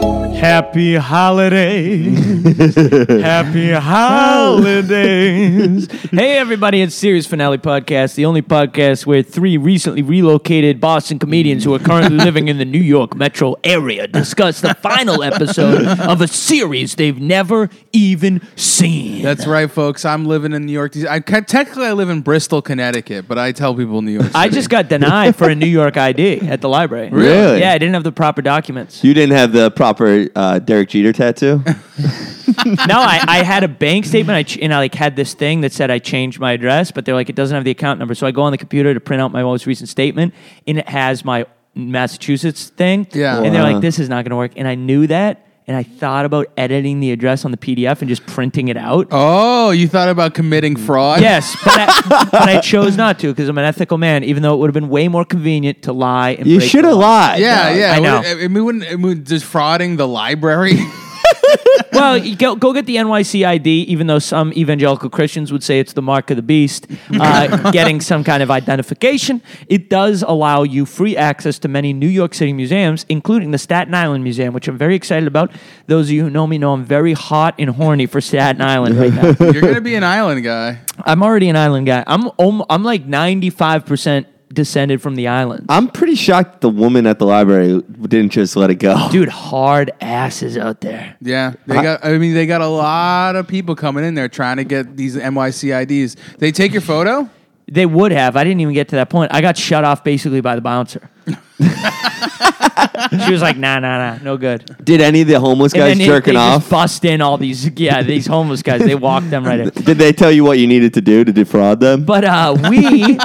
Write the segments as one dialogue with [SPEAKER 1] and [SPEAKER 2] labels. [SPEAKER 1] Happy holidays. Happy holidays. hey, everybody, it's Series Finale Podcast, the only podcast where three recently relocated Boston comedians who are currently living in the New York metro area discuss the final episode of a series they've never even seen.
[SPEAKER 2] That's right, folks. I'm living in New York. I ca- technically I live in Bristol, Connecticut, but I tell people New York. City.
[SPEAKER 1] I just got denied for a New York ID at the library.
[SPEAKER 3] Really?
[SPEAKER 1] Yeah, I didn't have the proper documents.
[SPEAKER 3] You didn't have the proper uh, Derek Jeter tattoo.
[SPEAKER 1] no, I, I had a bank statement. I ch- and I like had this thing that said I changed my address, but they're like it doesn't have the account number. So I go on the computer to print out my most recent statement, and it has my Massachusetts thing.
[SPEAKER 2] Yeah.
[SPEAKER 1] and they're
[SPEAKER 3] Wow.
[SPEAKER 1] like, this is not going to work. And I knew that, and I thought about editing the address on the PDF and just printing it out.
[SPEAKER 2] oh, you thought about committing fraud?
[SPEAKER 1] Yes, but I, but I chose not to because I'm an ethical man. Even though it would have been way more convenient to lie and
[SPEAKER 3] You
[SPEAKER 1] break
[SPEAKER 3] should
[SPEAKER 1] the
[SPEAKER 3] have
[SPEAKER 1] law.
[SPEAKER 3] lied.
[SPEAKER 2] Yeah, yeah.
[SPEAKER 1] I
[SPEAKER 2] It
[SPEAKER 1] know.
[SPEAKER 2] would- It, it wouldn't. It would, just frauding the library.
[SPEAKER 1] Well, you go, go get the NYC ID, even though some evangelical Christians would say it's the mark of the beast, uh, getting some kind of identification. It does allow you free access to many New York City museums, including the Staten Island Museum, which I'm very excited about. Those of you who know me know I'm very hot and horny for Staten Island right now.
[SPEAKER 2] You're gonna be an island guy.
[SPEAKER 1] I'm already an island guy. I'm, om- I'm like 95% descended from the island.
[SPEAKER 3] I'm pretty shocked the woman at the library didn't just let it go.
[SPEAKER 1] Dude, hard asses out there.
[SPEAKER 2] Yeah, they got. I mean, they got a lot of people coming in there trying to get these NYC IDs. They take your photo.
[SPEAKER 1] They would have. I didn't even get to that point. I got shut off basically by the bouncer. she was like, "Nah, nah, nah, no good."
[SPEAKER 3] Did any of the homeless guys
[SPEAKER 1] they-
[SPEAKER 3] jerking
[SPEAKER 1] they
[SPEAKER 3] off?
[SPEAKER 1] just bust in all these, yeah, these homeless guys. They walk them right in.
[SPEAKER 3] Did they tell you what you needed to do to defraud them?
[SPEAKER 1] But uh, we,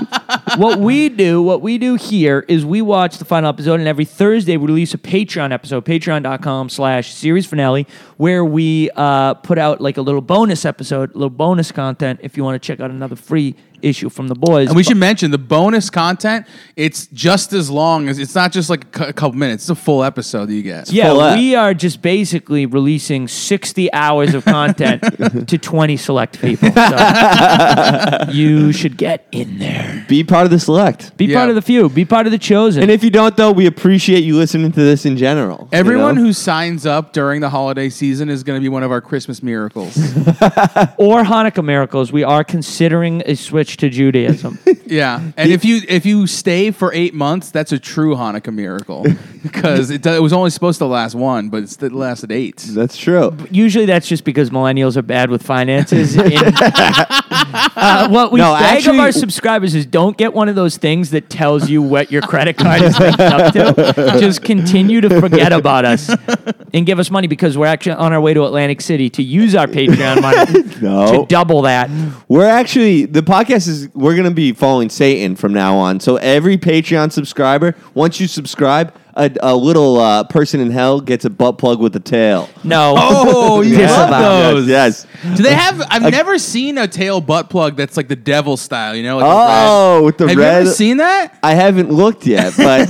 [SPEAKER 1] what we do, what we do here is we watch the final episode, and every Thursday we release a Patreon episode, patreon.com slash series finale, where we uh, put out like a little bonus episode, little bonus content if you want to check out another free issue from the boys.
[SPEAKER 2] And we should mention the bonus content. It's just as long as it's not just like a cou- a couple minutes. It's a full episode that you get.
[SPEAKER 3] full
[SPEAKER 1] Yeah,
[SPEAKER 3] up.
[SPEAKER 1] we are just basically releasing 60 hours of content to 20 select people. So you should get in there.
[SPEAKER 3] Be part of the select.
[SPEAKER 1] Be
[SPEAKER 2] Yeah.
[SPEAKER 1] part of the few, be part of the chosen.
[SPEAKER 3] And if you don't, though, we appreciate you listening to this in general. you
[SPEAKER 2] Everyone
[SPEAKER 3] know?
[SPEAKER 2] who signs up during the holiday season is going to be one of our Christmas miracles.
[SPEAKER 1] or Hanukkah miracles, we are considering a switch to Judaism.
[SPEAKER 2] yeah, and if you if you stay for eight months, that's a true Hanukkah miracle because it, do- it was only supposed to last one, but it's, it lasted eight.
[SPEAKER 3] That's true.
[SPEAKER 1] Usually that's just because millennials are bad with finances. and- uh, what we
[SPEAKER 3] No,
[SPEAKER 1] beg
[SPEAKER 3] actually-
[SPEAKER 1] of our subscribers is don't get one of those things that tells you what your credit card is linked up to. Just continue to forget about us and give us money because we're actually on our way to Atlantic City to use our Patreon money to
[SPEAKER 3] No.
[SPEAKER 1] double that.
[SPEAKER 3] We're actually the podcast is we're gonna be following Satan from now on. So every Patreon subscriber, once you subscribe, a, a little uh, person in hell gets a butt plug with a tail.
[SPEAKER 1] No.
[SPEAKER 2] Oh, you
[SPEAKER 1] Yes,
[SPEAKER 2] love
[SPEAKER 1] about-
[SPEAKER 2] those.
[SPEAKER 3] Yes.
[SPEAKER 2] Do they have? I've never seen a tail butt plug that's like the devil style. You know? Like
[SPEAKER 3] Oh, with
[SPEAKER 2] the
[SPEAKER 3] the
[SPEAKER 2] red. have
[SPEAKER 3] red.
[SPEAKER 2] you ever seen that?
[SPEAKER 3] I haven't looked yet, but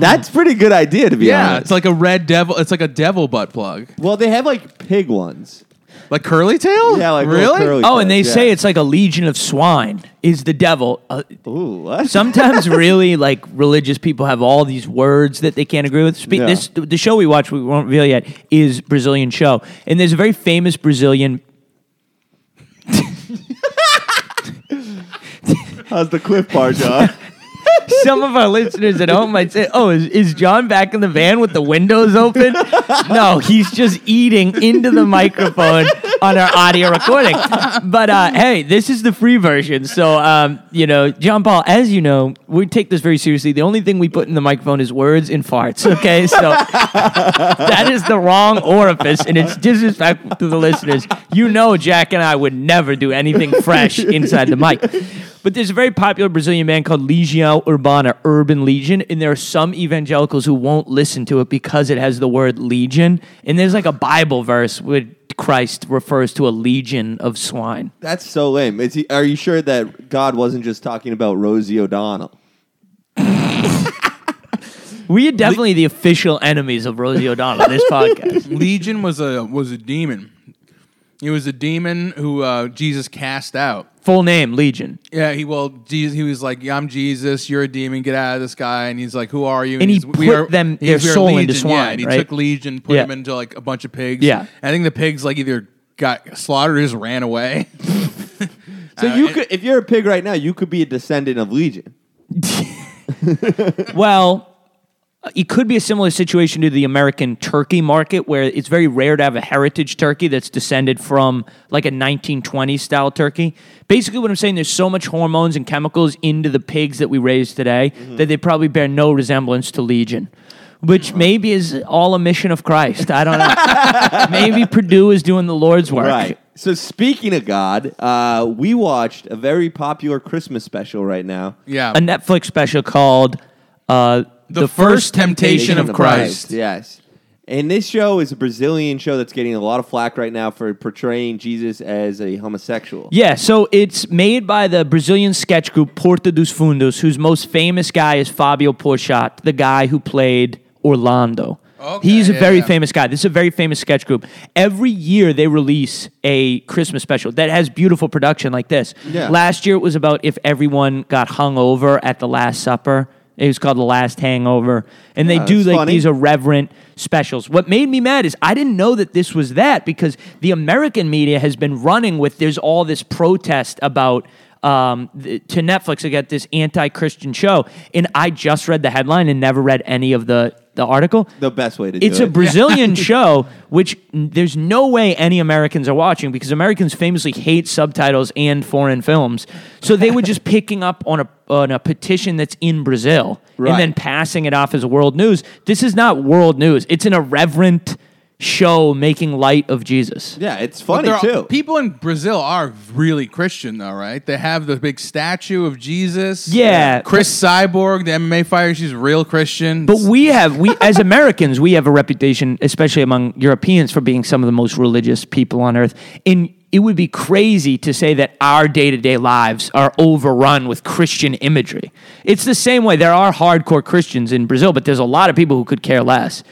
[SPEAKER 3] that's pretty good idea to be
[SPEAKER 2] Yeah,
[SPEAKER 3] honest.
[SPEAKER 2] it's like a red devil. It's like a devil butt plug,
[SPEAKER 3] well, they have like pig ones.
[SPEAKER 2] like curly tail.
[SPEAKER 3] Yeah, like little
[SPEAKER 2] really.
[SPEAKER 3] curly
[SPEAKER 1] Oh, and they
[SPEAKER 3] tails, yeah.
[SPEAKER 1] say it's like a legion of swine is the devil. Uh,
[SPEAKER 3] Ooh, what?
[SPEAKER 1] sometimes really like religious people have all these words that they can't agree with. Spe-
[SPEAKER 3] Yeah.
[SPEAKER 1] This the show we watch we won't reveal yet is Brazilian show, and there's a very famous Brazilian.
[SPEAKER 3] How's the cliff bar, John?
[SPEAKER 1] Some of our listeners at home might say, "Oh, is, is John back in the van with the windows open?" no, he's just eating into the microphone on our audio recording. But uh, hey, this is the free version, so um, you know, John Paul, as you know, we take this very seriously. The only thing we put in the microphone is words and farts. Okay, so. that is the wrong orifice, and it's disrespectful to the listeners. You know, Jack and I would never do anything fresh inside the mic. But there's a very popular Brazilian band called Legião Urbana, Urban Legion, and there are some evangelicals who won't listen to it because it has the word legion. And there's like a Bible verse where Christ refers to a legion of swine.
[SPEAKER 3] That's so lame. Is he, are you sure that God wasn't just talking about Rosie O'Donnell?
[SPEAKER 1] We are definitely the official enemies of Rosie O'Donnell, this podcast.
[SPEAKER 2] Legion was a was a demon. He was a demon who uh, Jesus cast out.
[SPEAKER 1] Full name Legion,
[SPEAKER 2] Yeah, he well, Jesus, he was like, "I'm Jesus, you're a demon, get out of this guy." And he's like, "Who are you?"
[SPEAKER 1] And he
[SPEAKER 2] he's,
[SPEAKER 1] put them-
[SPEAKER 2] he's,
[SPEAKER 1] their
[SPEAKER 2] "We are
[SPEAKER 1] soul into
[SPEAKER 2] legion."
[SPEAKER 1] swine,
[SPEAKER 2] Yeah, and he
[SPEAKER 1] right?
[SPEAKER 2] took legion, put
[SPEAKER 1] Yeah.
[SPEAKER 2] him into like a bunch of pigs.
[SPEAKER 1] Yeah.
[SPEAKER 2] And I think the pigs like either got slaughtered or just ran away.
[SPEAKER 3] So
[SPEAKER 2] Uh,
[SPEAKER 3] you
[SPEAKER 2] it-
[SPEAKER 3] could, if you're a pig right now, you could be a descendant of Legion.
[SPEAKER 1] Well, it could be a similar situation to the American turkey market, where it's very rare to have a heritage turkey that's descended from like a 1920s style turkey. Basically, what I'm saying, there's so much hormones and chemicals into the pigs that we raise today
[SPEAKER 2] Mm-hmm.
[SPEAKER 1] that they probably bear no resemblance to Legion. Which maybe is all a mission of Christ. I don't know. maybe Purdue is doing the Lord's work.
[SPEAKER 3] Right. So speaking of God, uh, we watched a very popular Christmas special right now.
[SPEAKER 2] yeah.
[SPEAKER 1] A Netflix special called uh,
[SPEAKER 2] The First Temptation
[SPEAKER 3] Nation
[SPEAKER 2] of Christ.
[SPEAKER 3] Yes. And this show is a Brazilian show that's getting a lot of flack right now for portraying Jesus as a homosexual.
[SPEAKER 1] Yeah, so it's made by the Brazilian sketch group Porta dos Fundos, whose most famous guy is Fabio Porchat, the guy who played Orlando.
[SPEAKER 2] Okay,
[SPEAKER 1] He's a
[SPEAKER 2] yeah,
[SPEAKER 1] very
[SPEAKER 2] yeah.
[SPEAKER 1] famous guy. This is a very famous sketch group. Every year they release a Christmas special that has beautiful production like this.
[SPEAKER 3] Yeah.
[SPEAKER 1] Last year it was about if everyone got hung over at the Last Supper. It was called The Last Hangover. And they
[SPEAKER 3] Yeah,
[SPEAKER 1] do
[SPEAKER 3] that's
[SPEAKER 1] like
[SPEAKER 3] funny.
[SPEAKER 1] these irreverent specials. What made me mad is I didn't know that this was that because the American media has been running with there's all this protest about um, th- to Netflix against this anti-Christian show, and I just read the headline and never read any of the the article.
[SPEAKER 3] The best way to do
[SPEAKER 1] It's
[SPEAKER 3] it.
[SPEAKER 1] a Brazilian show, which n- there's no way any Americans are watching because Americans famously hate subtitles and foreign films. So they were just picking up on a on a petition that's in Brazil
[SPEAKER 3] Right.
[SPEAKER 1] and then passing it off as world news. This is not world news. It's an irreverent show making light of Jesus.
[SPEAKER 3] yeah, it's
[SPEAKER 2] But
[SPEAKER 3] funny
[SPEAKER 2] they're all-
[SPEAKER 3] too.
[SPEAKER 2] People in Brazil are really Christian, though, right? They have the big statue of Jesus.
[SPEAKER 1] Yeah.
[SPEAKER 2] Chris Cyborg, the MMA fighter, she's real Christian.
[SPEAKER 1] But we have we as Americans, we have a reputation, especially among Europeans, for being some of the most religious people on earth. And it would be crazy to say that our day-to-day lives are overrun with Christian imagery. It's the same way there are hardcore Christians in Brazil, but there's a lot of people who could care less.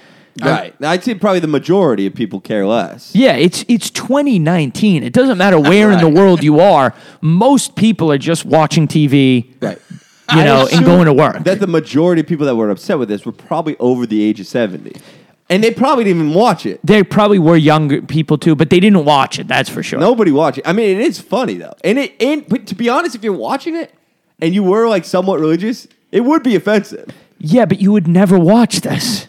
[SPEAKER 3] right. I'd say probably the majority of people care less.
[SPEAKER 1] Yeah, it's it's 2019. It doesn't matter where in the world you are. Most people are just watching TV,
[SPEAKER 3] Right.
[SPEAKER 1] you know, and going to work.
[SPEAKER 3] That the majority of people that were upset with this were probably over the age of 70. And they probably didn't even watch it.
[SPEAKER 1] There probably were younger people too, but they didn't watch it. That's for sure.
[SPEAKER 3] Nobody watched it. I mean, it is funny though. And it and but to be honest, if you're watching it and you were like somewhat religious, it would be offensive.
[SPEAKER 1] Yeah, but you would never watch this.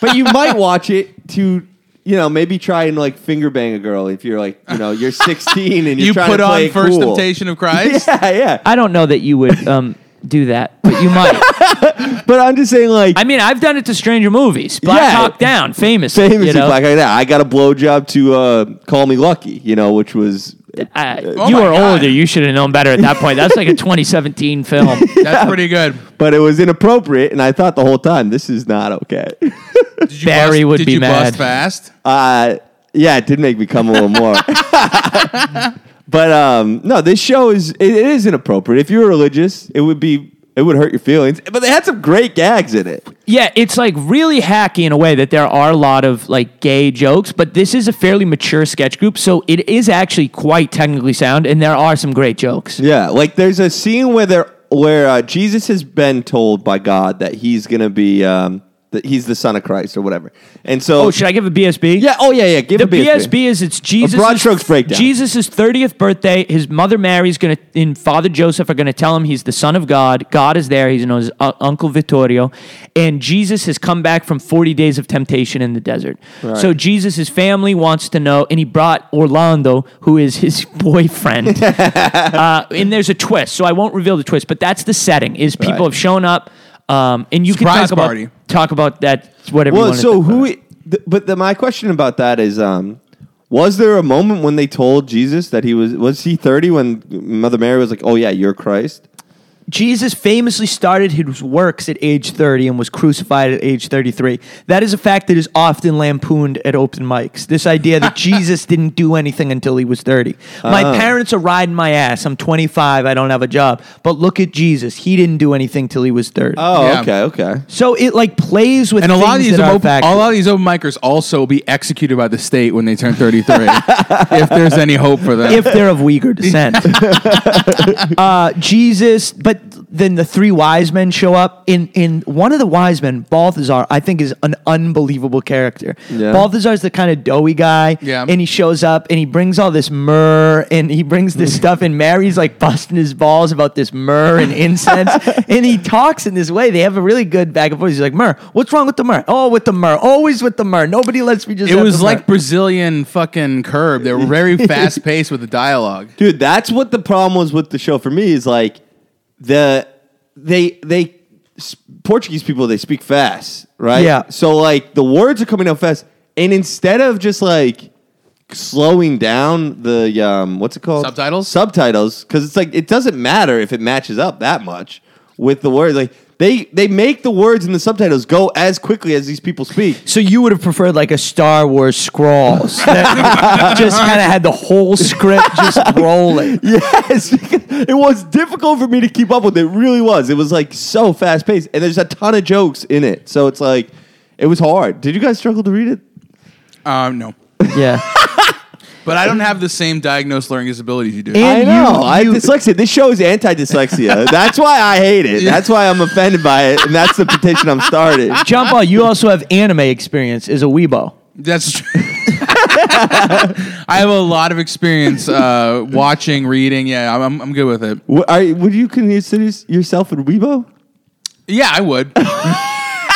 [SPEAKER 3] But you might watch it to you know, maybe try and like finger bang a girl if you're like, you know, you're 16 and you're
[SPEAKER 2] you
[SPEAKER 3] trying
[SPEAKER 2] put
[SPEAKER 3] to play
[SPEAKER 2] on
[SPEAKER 3] it
[SPEAKER 2] First
[SPEAKER 3] cool.
[SPEAKER 2] Temptation of Christ.
[SPEAKER 3] Yeah, yeah.
[SPEAKER 1] I don't know that you would um, do that, but you might.
[SPEAKER 3] But I'm just saying, like,
[SPEAKER 1] I mean, I've done it to stranger movies. Black
[SPEAKER 3] Yeah.
[SPEAKER 1] Hawk Down, famous.
[SPEAKER 3] famously,
[SPEAKER 1] you know?
[SPEAKER 3] like that. I got a blowjob to uh, "Call Me Lucky," you know, which was
[SPEAKER 1] Uh,
[SPEAKER 2] Oh
[SPEAKER 1] you
[SPEAKER 2] my
[SPEAKER 1] were
[SPEAKER 2] God.
[SPEAKER 1] older. You should have known better at that point. That's like a 2017 film.
[SPEAKER 2] That's pretty good.
[SPEAKER 3] but it was inappropriate, and I thought the whole time this is not okay.
[SPEAKER 2] Did you
[SPEAKER 1] Barry
[SPEAKER 2] bust,
[SPEAKER 1] would
[SPEAKER 2] did
[SPEAKER 1] be
[SPEAKER 2] you
[SPEAKER 1] mad.
[SPEAKER 2] Bust fast.
[SPEAKER 3] Uh, yeah, it did make me come a little more. but um, no, this show is it, it is inappropriate. If you were religious, it would be it would hurt your feelings. But they had some great gags in it.
[SPEAKER 1] yeah, it's like really hacky in a way that there are a lot of like gay jokes, but this is a fairly mature sketch group, so it is actually quite technically sound, and there are some great jokes.
[SPEAKER 3] Yeah, like there's a scene where there where uh, Jesus has been told by God that he's gonna be um, that he's the son of Christ or whatever, and so
[SPEAKER 1] Oh, should I give a BSB?
[SPEAKER 3] yeah, oh yeah, yeah, give
[SPEAKER 1] The
[SPEAKER 3] him BSB.
[SPEAKER 1] BSB is it's Jesus.
[SPEAKER 3] broad strokes breakdown.
[SPEAKER 1] Jesus' 30th birthday. His mother Mary's going to, and Father Joseph are going to tell him he's the son of God. God is there. He's known as uh, Uncle Vittorio. And Jesus has come back from 40 days of temptation in the desert. So Jesus' family wants to know, and he brought Orlando, who is his boyfriend. uh, and there's a twist. So I won't reveal the twist, but that's the setting is people
[SPEAKER 3] Right.
[SPEAKER 1] have shown up. Um, and you can
[SPEAKER 2] Surprise
[SPEAKER 1] talk about,
[SPEAKER 2] party.
[SPEAKER 1] talk about that, whatever you
[SPEAKER 3] Well,
[SPEAKER 1] want to
[SPEAKER 3] so
[SPEAKER 1] talk about.
[SPEAKER 3] who? th- but the, my question about that is, um, was there a moment when they told Jesus that he was was he thirty when Mother Mary was like, "Oh yeah, you're Christ"?
[SPEAKER 1] Jesus famously started his works at age 30 and was crucified at age 33. That is a fact that is often lampooned at open mics. This idea that Jesus didn't do anything until he was 30. My
[SPEAKER 2] Oh.
[SPEAKER 1] parents are riding my ass. I'm 25. I don't have a job. But look at Jesus. He didn't do anything till he was 30.
[SPEAKER 3] Oh,
[SPEAKER 2] Yeah.
[SPEAKER 3] okay, okay.
[SPEAKER 1] So it like plays with
[SPEAKER 2] And a lot of
[SPEAKER 1] things
[SPEAKER 2] these
[SPEAKER 1] that are
[SPEAKER 2] open,
[SPEAKER 1] factors.
[SPEAKER 2] a lot of these open micers also be executed by the state when they turn 33, if there's any hope for them.
[SPEAKER 1] if they're of Uyghur descent. uh, Jesus, but then the three wise men show up. In in one of the wise men, Balthazar, I think is an unbelievable character.
[SPEAKER 3] Yeah.
[SPEAKER 1] Balthazar's the kind of doughy guy,
[SPEAKER 2] Yeah.
[SPEAKER 1] and he shows up and he brings all this myrrh and he brings this
[SPEAKER 2] Mm.
[SPEAKER 1] stuff. And Mary's like busting his balls about this myrrh and incense, and he talks in this way. They have a really good back and forth. He's like, "Myrrh, what's wrong with the myrrh? Oh, with the myrrh, always with the myrrh. Nobody lets me just."
[SPEAKER 2] it
[SPEAKER 1] have
[SPEAKER 2] was
[SPEAKER 1] the
[SPEAKER 2] like
[SPEAKER 1] myrrh."
[SPEAKER 2] Brazilian fucking curb. They were very fast paced with the dialogue.
[SPEAKER 3] Dude, that's what the problem was with the show for me is like the they they s- Portuguese people they speak fast, right?
[SPEAKER 1] Yeah.
[SPEAKER 3] So like the words are coming out fast, and instead of just like slowing down the um what's it called
[SPEAKER 2] Subtitles?
[SPEAKER 3] subtitles because it's like it doesn't matter if it matches up that much with the words like they they make the words in the subtitles go as quickly as these people speak
[SPEAKER 1] So you would have preferred like a Star Wars scrolls that just kind of had the whole script just rolling.
[SPEAKER 3] Yes, because it was difficult for me to keep up with. It really was. It was like so fast paced, and there's a ton of jokes in it. So it's like it was hard. Did you guys struggle to read it?
[SPEAKER 2] Um, no.
[SPEAKER 1] Yeah.
[SPEAKER 2] But I don't have the same diagnosed learning disabilities you do.
[SPEAKER 1] And
[SPEAKER 3] know.
[SPEAKER 1] you-
[SPEAKER 3] I have
[SPEAKER 1] you-
[SPEAKER 3] dyslexia. This show is anti-dyslexia. that's why I hate it. That's why I'm offended by it, and that's the petition I'm starting.
[SPEAKER 1] John Paul, you also have anime experience as a Weebo.
[SPEAKER 2] That's true. I have a lot of experience uh, watching, reading. Yeah, I'm- I'm, I'm good with it.
[SPEAKER 3] W- Are, would you consider s- yourself a weebo?
[SPEAKER 2] Yeah, I would.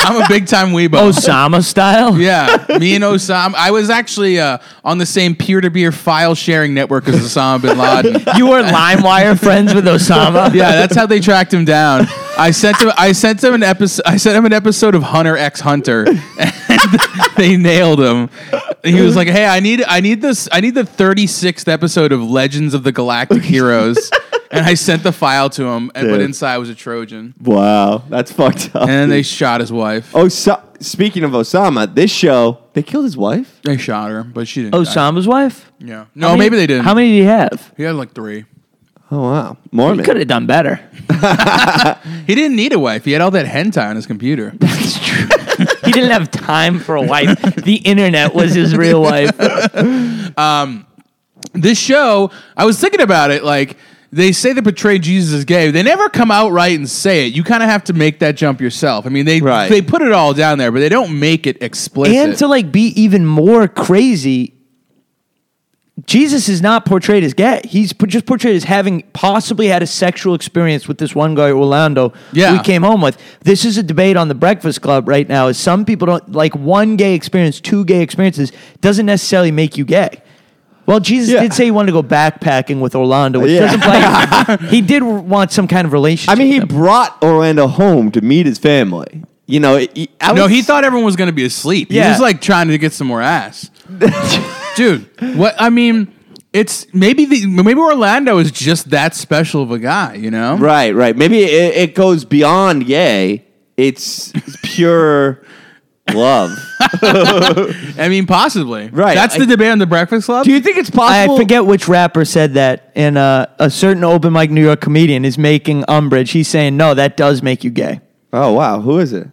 [SPEAKER 2] I'm a big time weebo.
[SPEAKER 1] Oh, Osama style?
[SPEAKER 2] Yeah, me and Osama. I was actually uh, on the same peer to peer file sharing network as Osama bin Laden.
[SPEAKER 1] You were LimeWire friends with Osama?
[SPEAKER 2] Yeah, that's how they tracked him down. I sent him. I sent him an episode. I sent him an episode of Hunter X Hunter, and they nailed him. He was like, "Hey, I need, I need this. I need the thirty sixth episode of Legends of the Galactic Heroes." And I sent the file to him, and, but
[SPEAKER 3] Dude.
[SPEAKER 2] inside was a Trojan.
[SPEAKER 3] Wow, that's fucked up.
[SPEAKER 2] And then they shot his wife.
[SPEAKER 3] oh, so, speaking of Osama, this show they killed his wife.
[SPEAKER 2] They shot her, but she didn't. die.
[SPEAKER 1] Osama's wife?
[SPEAKER 2] Yeah. No,
[SPEAKER 1] Oh, How many-
[SPEAKER 2] maybe they didn't.
[SPEAKER 1] How many did he have?
[SPEAKER 2] He had like three.
[SPEAKER 3] Oh wow,
[SPEAKER 1] He could
[SPEAKER 3] Mormon.
[SPEAKER 1] have done better.
[SPEAKER 2] He didn't need a wife. He had all that hentai on his computer.
[SPEAKER 1] That's true. he didn't have time for a wife. The internet was his real wife.
[SPEAKER 2] this show, I was thinking about it. Like they say they portray Jesus as gay. They never come out right and say it. You kind of have to make that jump yourself. I mean, they
[SPEAKER 3] Right.
[SPEAKER 2] they put it all down there, but they don't make it explicit.
[SPEAKER 1] and to like be even more crazy jesus is not portrayed as gay he's po- just portrayed as having possibly had a sexual experience with this one guy orlando
[SPEAKER 2] Yeah.
[SPEAKER 1] we came home with this is a debate on the breakfast club right now is some people don't like one gay experience two gay experiences doesn't necessarily make you gay well, Jesus
[SPEAKER 3] Yeah.
[SPEAKER 1] did say he wanted to go backpacking with Orlando, which
[SPEAKER 3] Yeah.
[SPEAKER 1] doesn't play. he did want some kind of relationship.
[SPEAKER 3] I mean, he
[SPEAKER 1] with him.
[SPEAKER 3] brought Orlando home to meet his family. You know, it- he- I
[SPEAKER 2] no,
[SPEAKER 3] was-
[SPEAKER 2] he thought everyone was going to be asleep. He
[SPEAKER 1] Yeah.
[SPEAKER 2] was like trying to get some more ass. Dude, what I mean, it's maybe the maybe Orlando is just that special of a guy, you know?
[SPEAKER 3] Right, right. Maybe it, it goes beyond gay. It's pure love.
[SPEAKER 2] I mean, possibly.
[SPEAKER 3] Right.
[SPEAKER 2] That's the
[SPEAKER 3] I-
[SPEAKER 2] debate on the Breakfast Club.
[SPEAKER 3] Do you think it's
[SPEAKER 1] I
[SPEAKER 3] possible?
[SPEAKER 1] forget which rapper said that, and uh, a certain open mic New York comedian is making umbrage. He's saying, "No, that does make you gay."
[SPEAKER 3] Oh wow, who is it?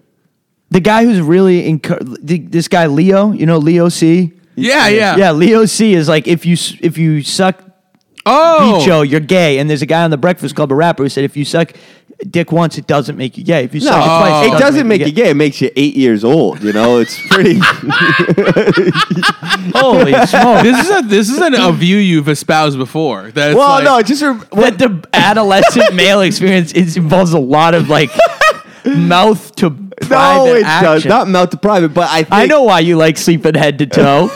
[SPEAKER 1] The guy who's really incur- th- this guy Leo, you know Leo C.
[SPEAKER 2] yeah, yeah,
[SPEAKER 1] Yeah, Leo C is like if you s- if you suck
[SPEAKER 2] Oh,
[SPEAKER 1] Picho, you're gay. And there's a guy on the Breakfast Club, a rapper, who said if you suck dick once, it doesn't make you gay. If you suck it twice,
[SPEAKER 3] it doesn't make you gay. It makes you eight years old. You know, it's pretty.
[SPEAKER 1] gay. Holy smoke!
[SPEAKER 2] this is a this is an, a view you've espoused before. That's
[SPEAKER 3] well,
[SPEAKER 2] like,
[SPEAKER 3] no, it just rem-
[SPEAKER 1] that the adolescent male experience is, involves a lot of like mouth to
[SPEAKER 3] no,
[SPEAKER 1] private
[SPEAKER 3] it does
[SPEAKER 1] action.
[SPEAKER 3] not melt to private. But I, think,
[SPEAKER 1] I know why you like sleeping head to toe.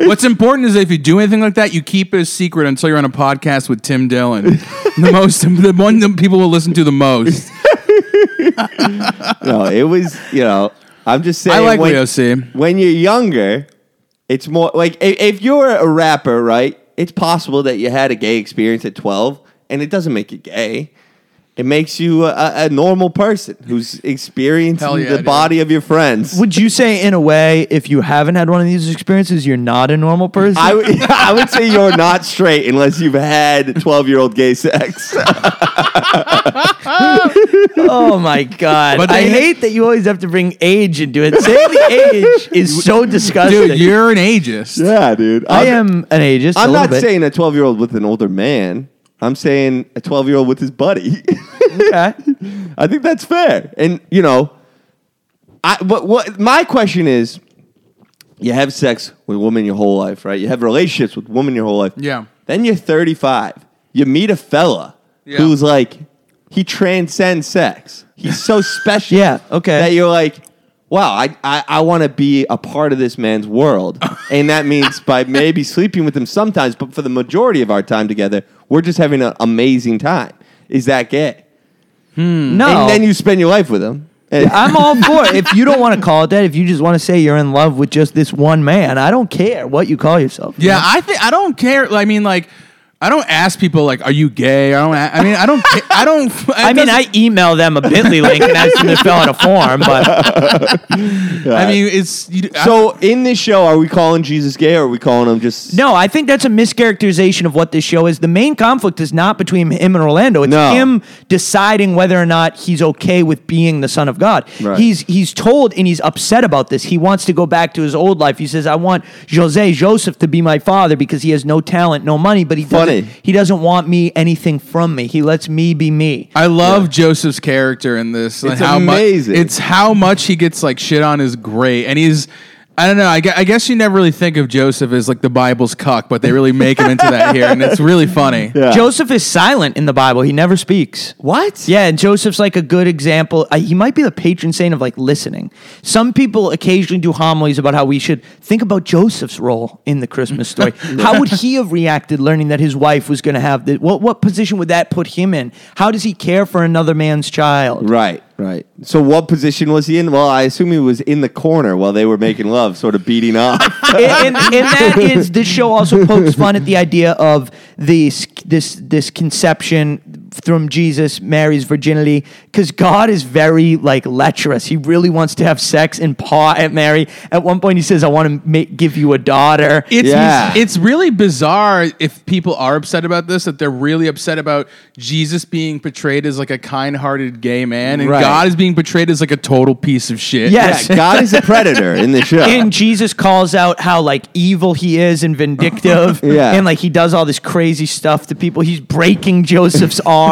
[SPEAKER 2] What's important is if you do anything like that, you keep it a secret until you're on a podcast with Tim Dillon, the most, the one that people will listen to the most.
[SPEAKER 3] No, it was. You know, I'm just saying.
[SPEAKER 2] I like
[SPEAKER 3] when-
[SPEAKER 2] Leo C.
[SPEAKER 3] when you're younger, it's more like if, if you're a rapper, right? It's possible that you had a gay experience at 12 and it doesn't make you gay. It makes you a- a, a normal person who's experiencing
[SPEAKER 2] Hell yeah,
[SPEAKER 3] the
[SPEAKER 2] dude.
[SPEAKER 3] body of your friends.
[SPEAKER 1] Would you say, in a way, if you haven't had one of these experiences, you're not a normal person?
[SPEAKER 3] I would- I would say you're not straight unless you've had 12 year old gay sex.
[SPEAKER 1] oh my god!
[SPEAKER 2] But
[SPEAKER 1] I
[SPEAKER 2] they-
[SPEAKER 1] hate that you always have to bring age into it. Saying the age is so disgusting.
[SPEAKER 2] Dude, you're an ageist.
[SPEAKER 3] yeah, dude.
[SPEAKER 1] I am
[SPEAKER 3] I'm-
[SPEAKER 1] an ageist. a
[SPEAKER 3] I'm
[SPEAKER 1] little
[SPEAKER 3] not
[SPEAKER 1] bit.
[SPEAKER 3] saying a 12 year old with an older man. I'm saying a 12 year old with his buddy.
[SPEAKER 1] Okay.
[SPEAKER 3] I think that's fair. And you know, I but what my question is, you have sex with women your whole life, right? You have relationships with women your whole life.
[SPEAKER 2] Yeah.
[SPEAKER 3] Then you're 35. You meet a fella
[SPEAKER 2] Yeah.
[SPEAKER 3] who's like he transcends sex. He's so special.
[SPEAKER 1] Yeah, okay.
[SPEAKER 3] That you're like Wow, I, I, I want to be a part of this man's world. And that means by maybe sleeping with him sometimes, but for the majority of our time together, we're just having an amazing time. Is that gay?
[SPEAKER 1] No.
[SPEAKER 3] and then you spend your life with them. And-
[SPEAKER 1] I'm all for it. If you don't want to call it that, if you just want to say you're in love with just this one man, I don't care what you call yourself.
[SPEAKER 2] Yeah, I think I don't care. I mean, like, I don't ask people like, "Are you gay?" I don't. a- I mean, I don't. ca- I don't. it
[SPEAKER 1] I mean,
[SPEAKER 2] doesn't-
[SPEAKER 1] I email them a Bitly link and ask them to fill out a form, but
[SPEAKER 2] I mean, it's you, I-
[SPEAKER 3] so in this show, are we calling Jesus gay or are we calling him just?
[SPEAKER 1] no, I think that's a mischaracterization of what this show is. The main conflict is not between him and Orlando; it's
[SPEAKER 3] No.
[SPEAKER 1] him deciding whether or not he's okay with being the son of God.
[SPEAKER 3] Right.
[SPEAKER 1] He's he's told and he's upset about this. He wants to go back to his old life. He says, "I want Jose Joseph to be my father because he has no talent, no money, but he
[SPEAKER 3] Funny.
[SPEAKER 1] doesn't, he doesn't want me anything from me. He lets me be me."
[SPEAKER 2] I love Joseph's character in this. and
[SPEAKER 3] It's
[SPEAKER 2] how mu-
[SPEAKER 3] amazing.
[SPEAKER 2] it's how much he gets like shit on is great, and he's. I don't know. I gue- I guess you never really think of Joseph as like the Bible's cuck, but they really make him into that here, and it's really funny.
[SPEAKER 3] Yeah.
[SPEAKER 1] Joseph is silent in the Bible. He never speaks.
[SPEAKER 3] What?
[SPEAKER 1] Yeah, and Joseph's like a good example. Uh, he might be the patron saint of like listening. Some people occasionally do homilies about how we should think about Joseph's role in the Christmas story. How would he have reacted learning that his wife was going to have the what? What position would that put him in? How does he care for another man's child?
[SPEAKER 3] Right. Right. So what position was he in? Well, I assume he was in the corner while they were making love, sort of beating off.
[SPEAKER 1] and, and, and that is this show also pokes fun at the idea of this this this conception from Jesus Mary's virginity because God is very like lecherous. He really wants to have sex and paw at Mary. At one point, he says, "I want to make, give you a daughter."
[SPEAKER 2] It's
[SPEAKER 3] Yeah.
[SPEAKER 2] it's really bizarre if people are upset about this that they're really upset about Jesus being portrayed as like a kind-hearted gay man and
[SPEAKER 3] Right.
[SPEAKER 2] God is being portrayed as like a total piece of shit.
[SPEAKER 1] Yes.
[SPEAKER 3] Yeah, God is a predator in the show.
[SPEAKER 1] and Jesus calls out how like evil he is and vindictive,
[SPEAKER 3] Yeah.
[SPEAKER 1] and like he does all this crazy stuff to people. He's breaking Joseph's arm.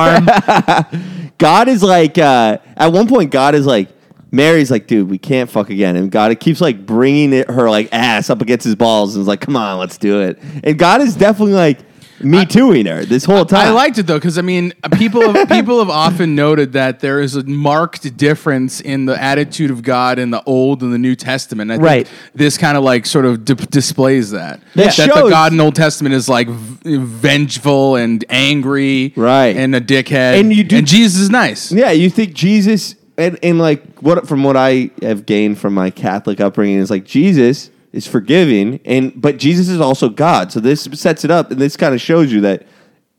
[SPEAKER 3] God is like, uh, at one point, God is like, Mary's like, dude, we can't fuck again. And God keeps like bringing it, her like ass up against his balls and is like, come on, let's do it. And God is definitely like, me tooing her this whole time.
[SPEAKER 2] I liked it though because I mean, people have, people have often noted that there is a marked difference in the attitude of God in the Old and the New Testament. I
[SPEAKER 1] Right.
[SPEAKER 2] Think this kind of like sort of dip displays that
[SPEAKER 3] That
[SPEAKER 2] the
[SPEAKER 3] shows-
[SPEAKER 2] God in Old Testament is like v- vengeful and angry,
[SPEAKER 3] Right.
[SPEAKER 2] and a dickhead,
[SPEAKER 3] And you do-
[SPEAKER 2] and Jesus is nice.
[SPEAKER 3] Yeah, you think Jesus and, and like what from what I have gained from my Catholic upbringing is like Jesus is forgiving and but Jesus is also God. So this sets it up and this kind of shows you that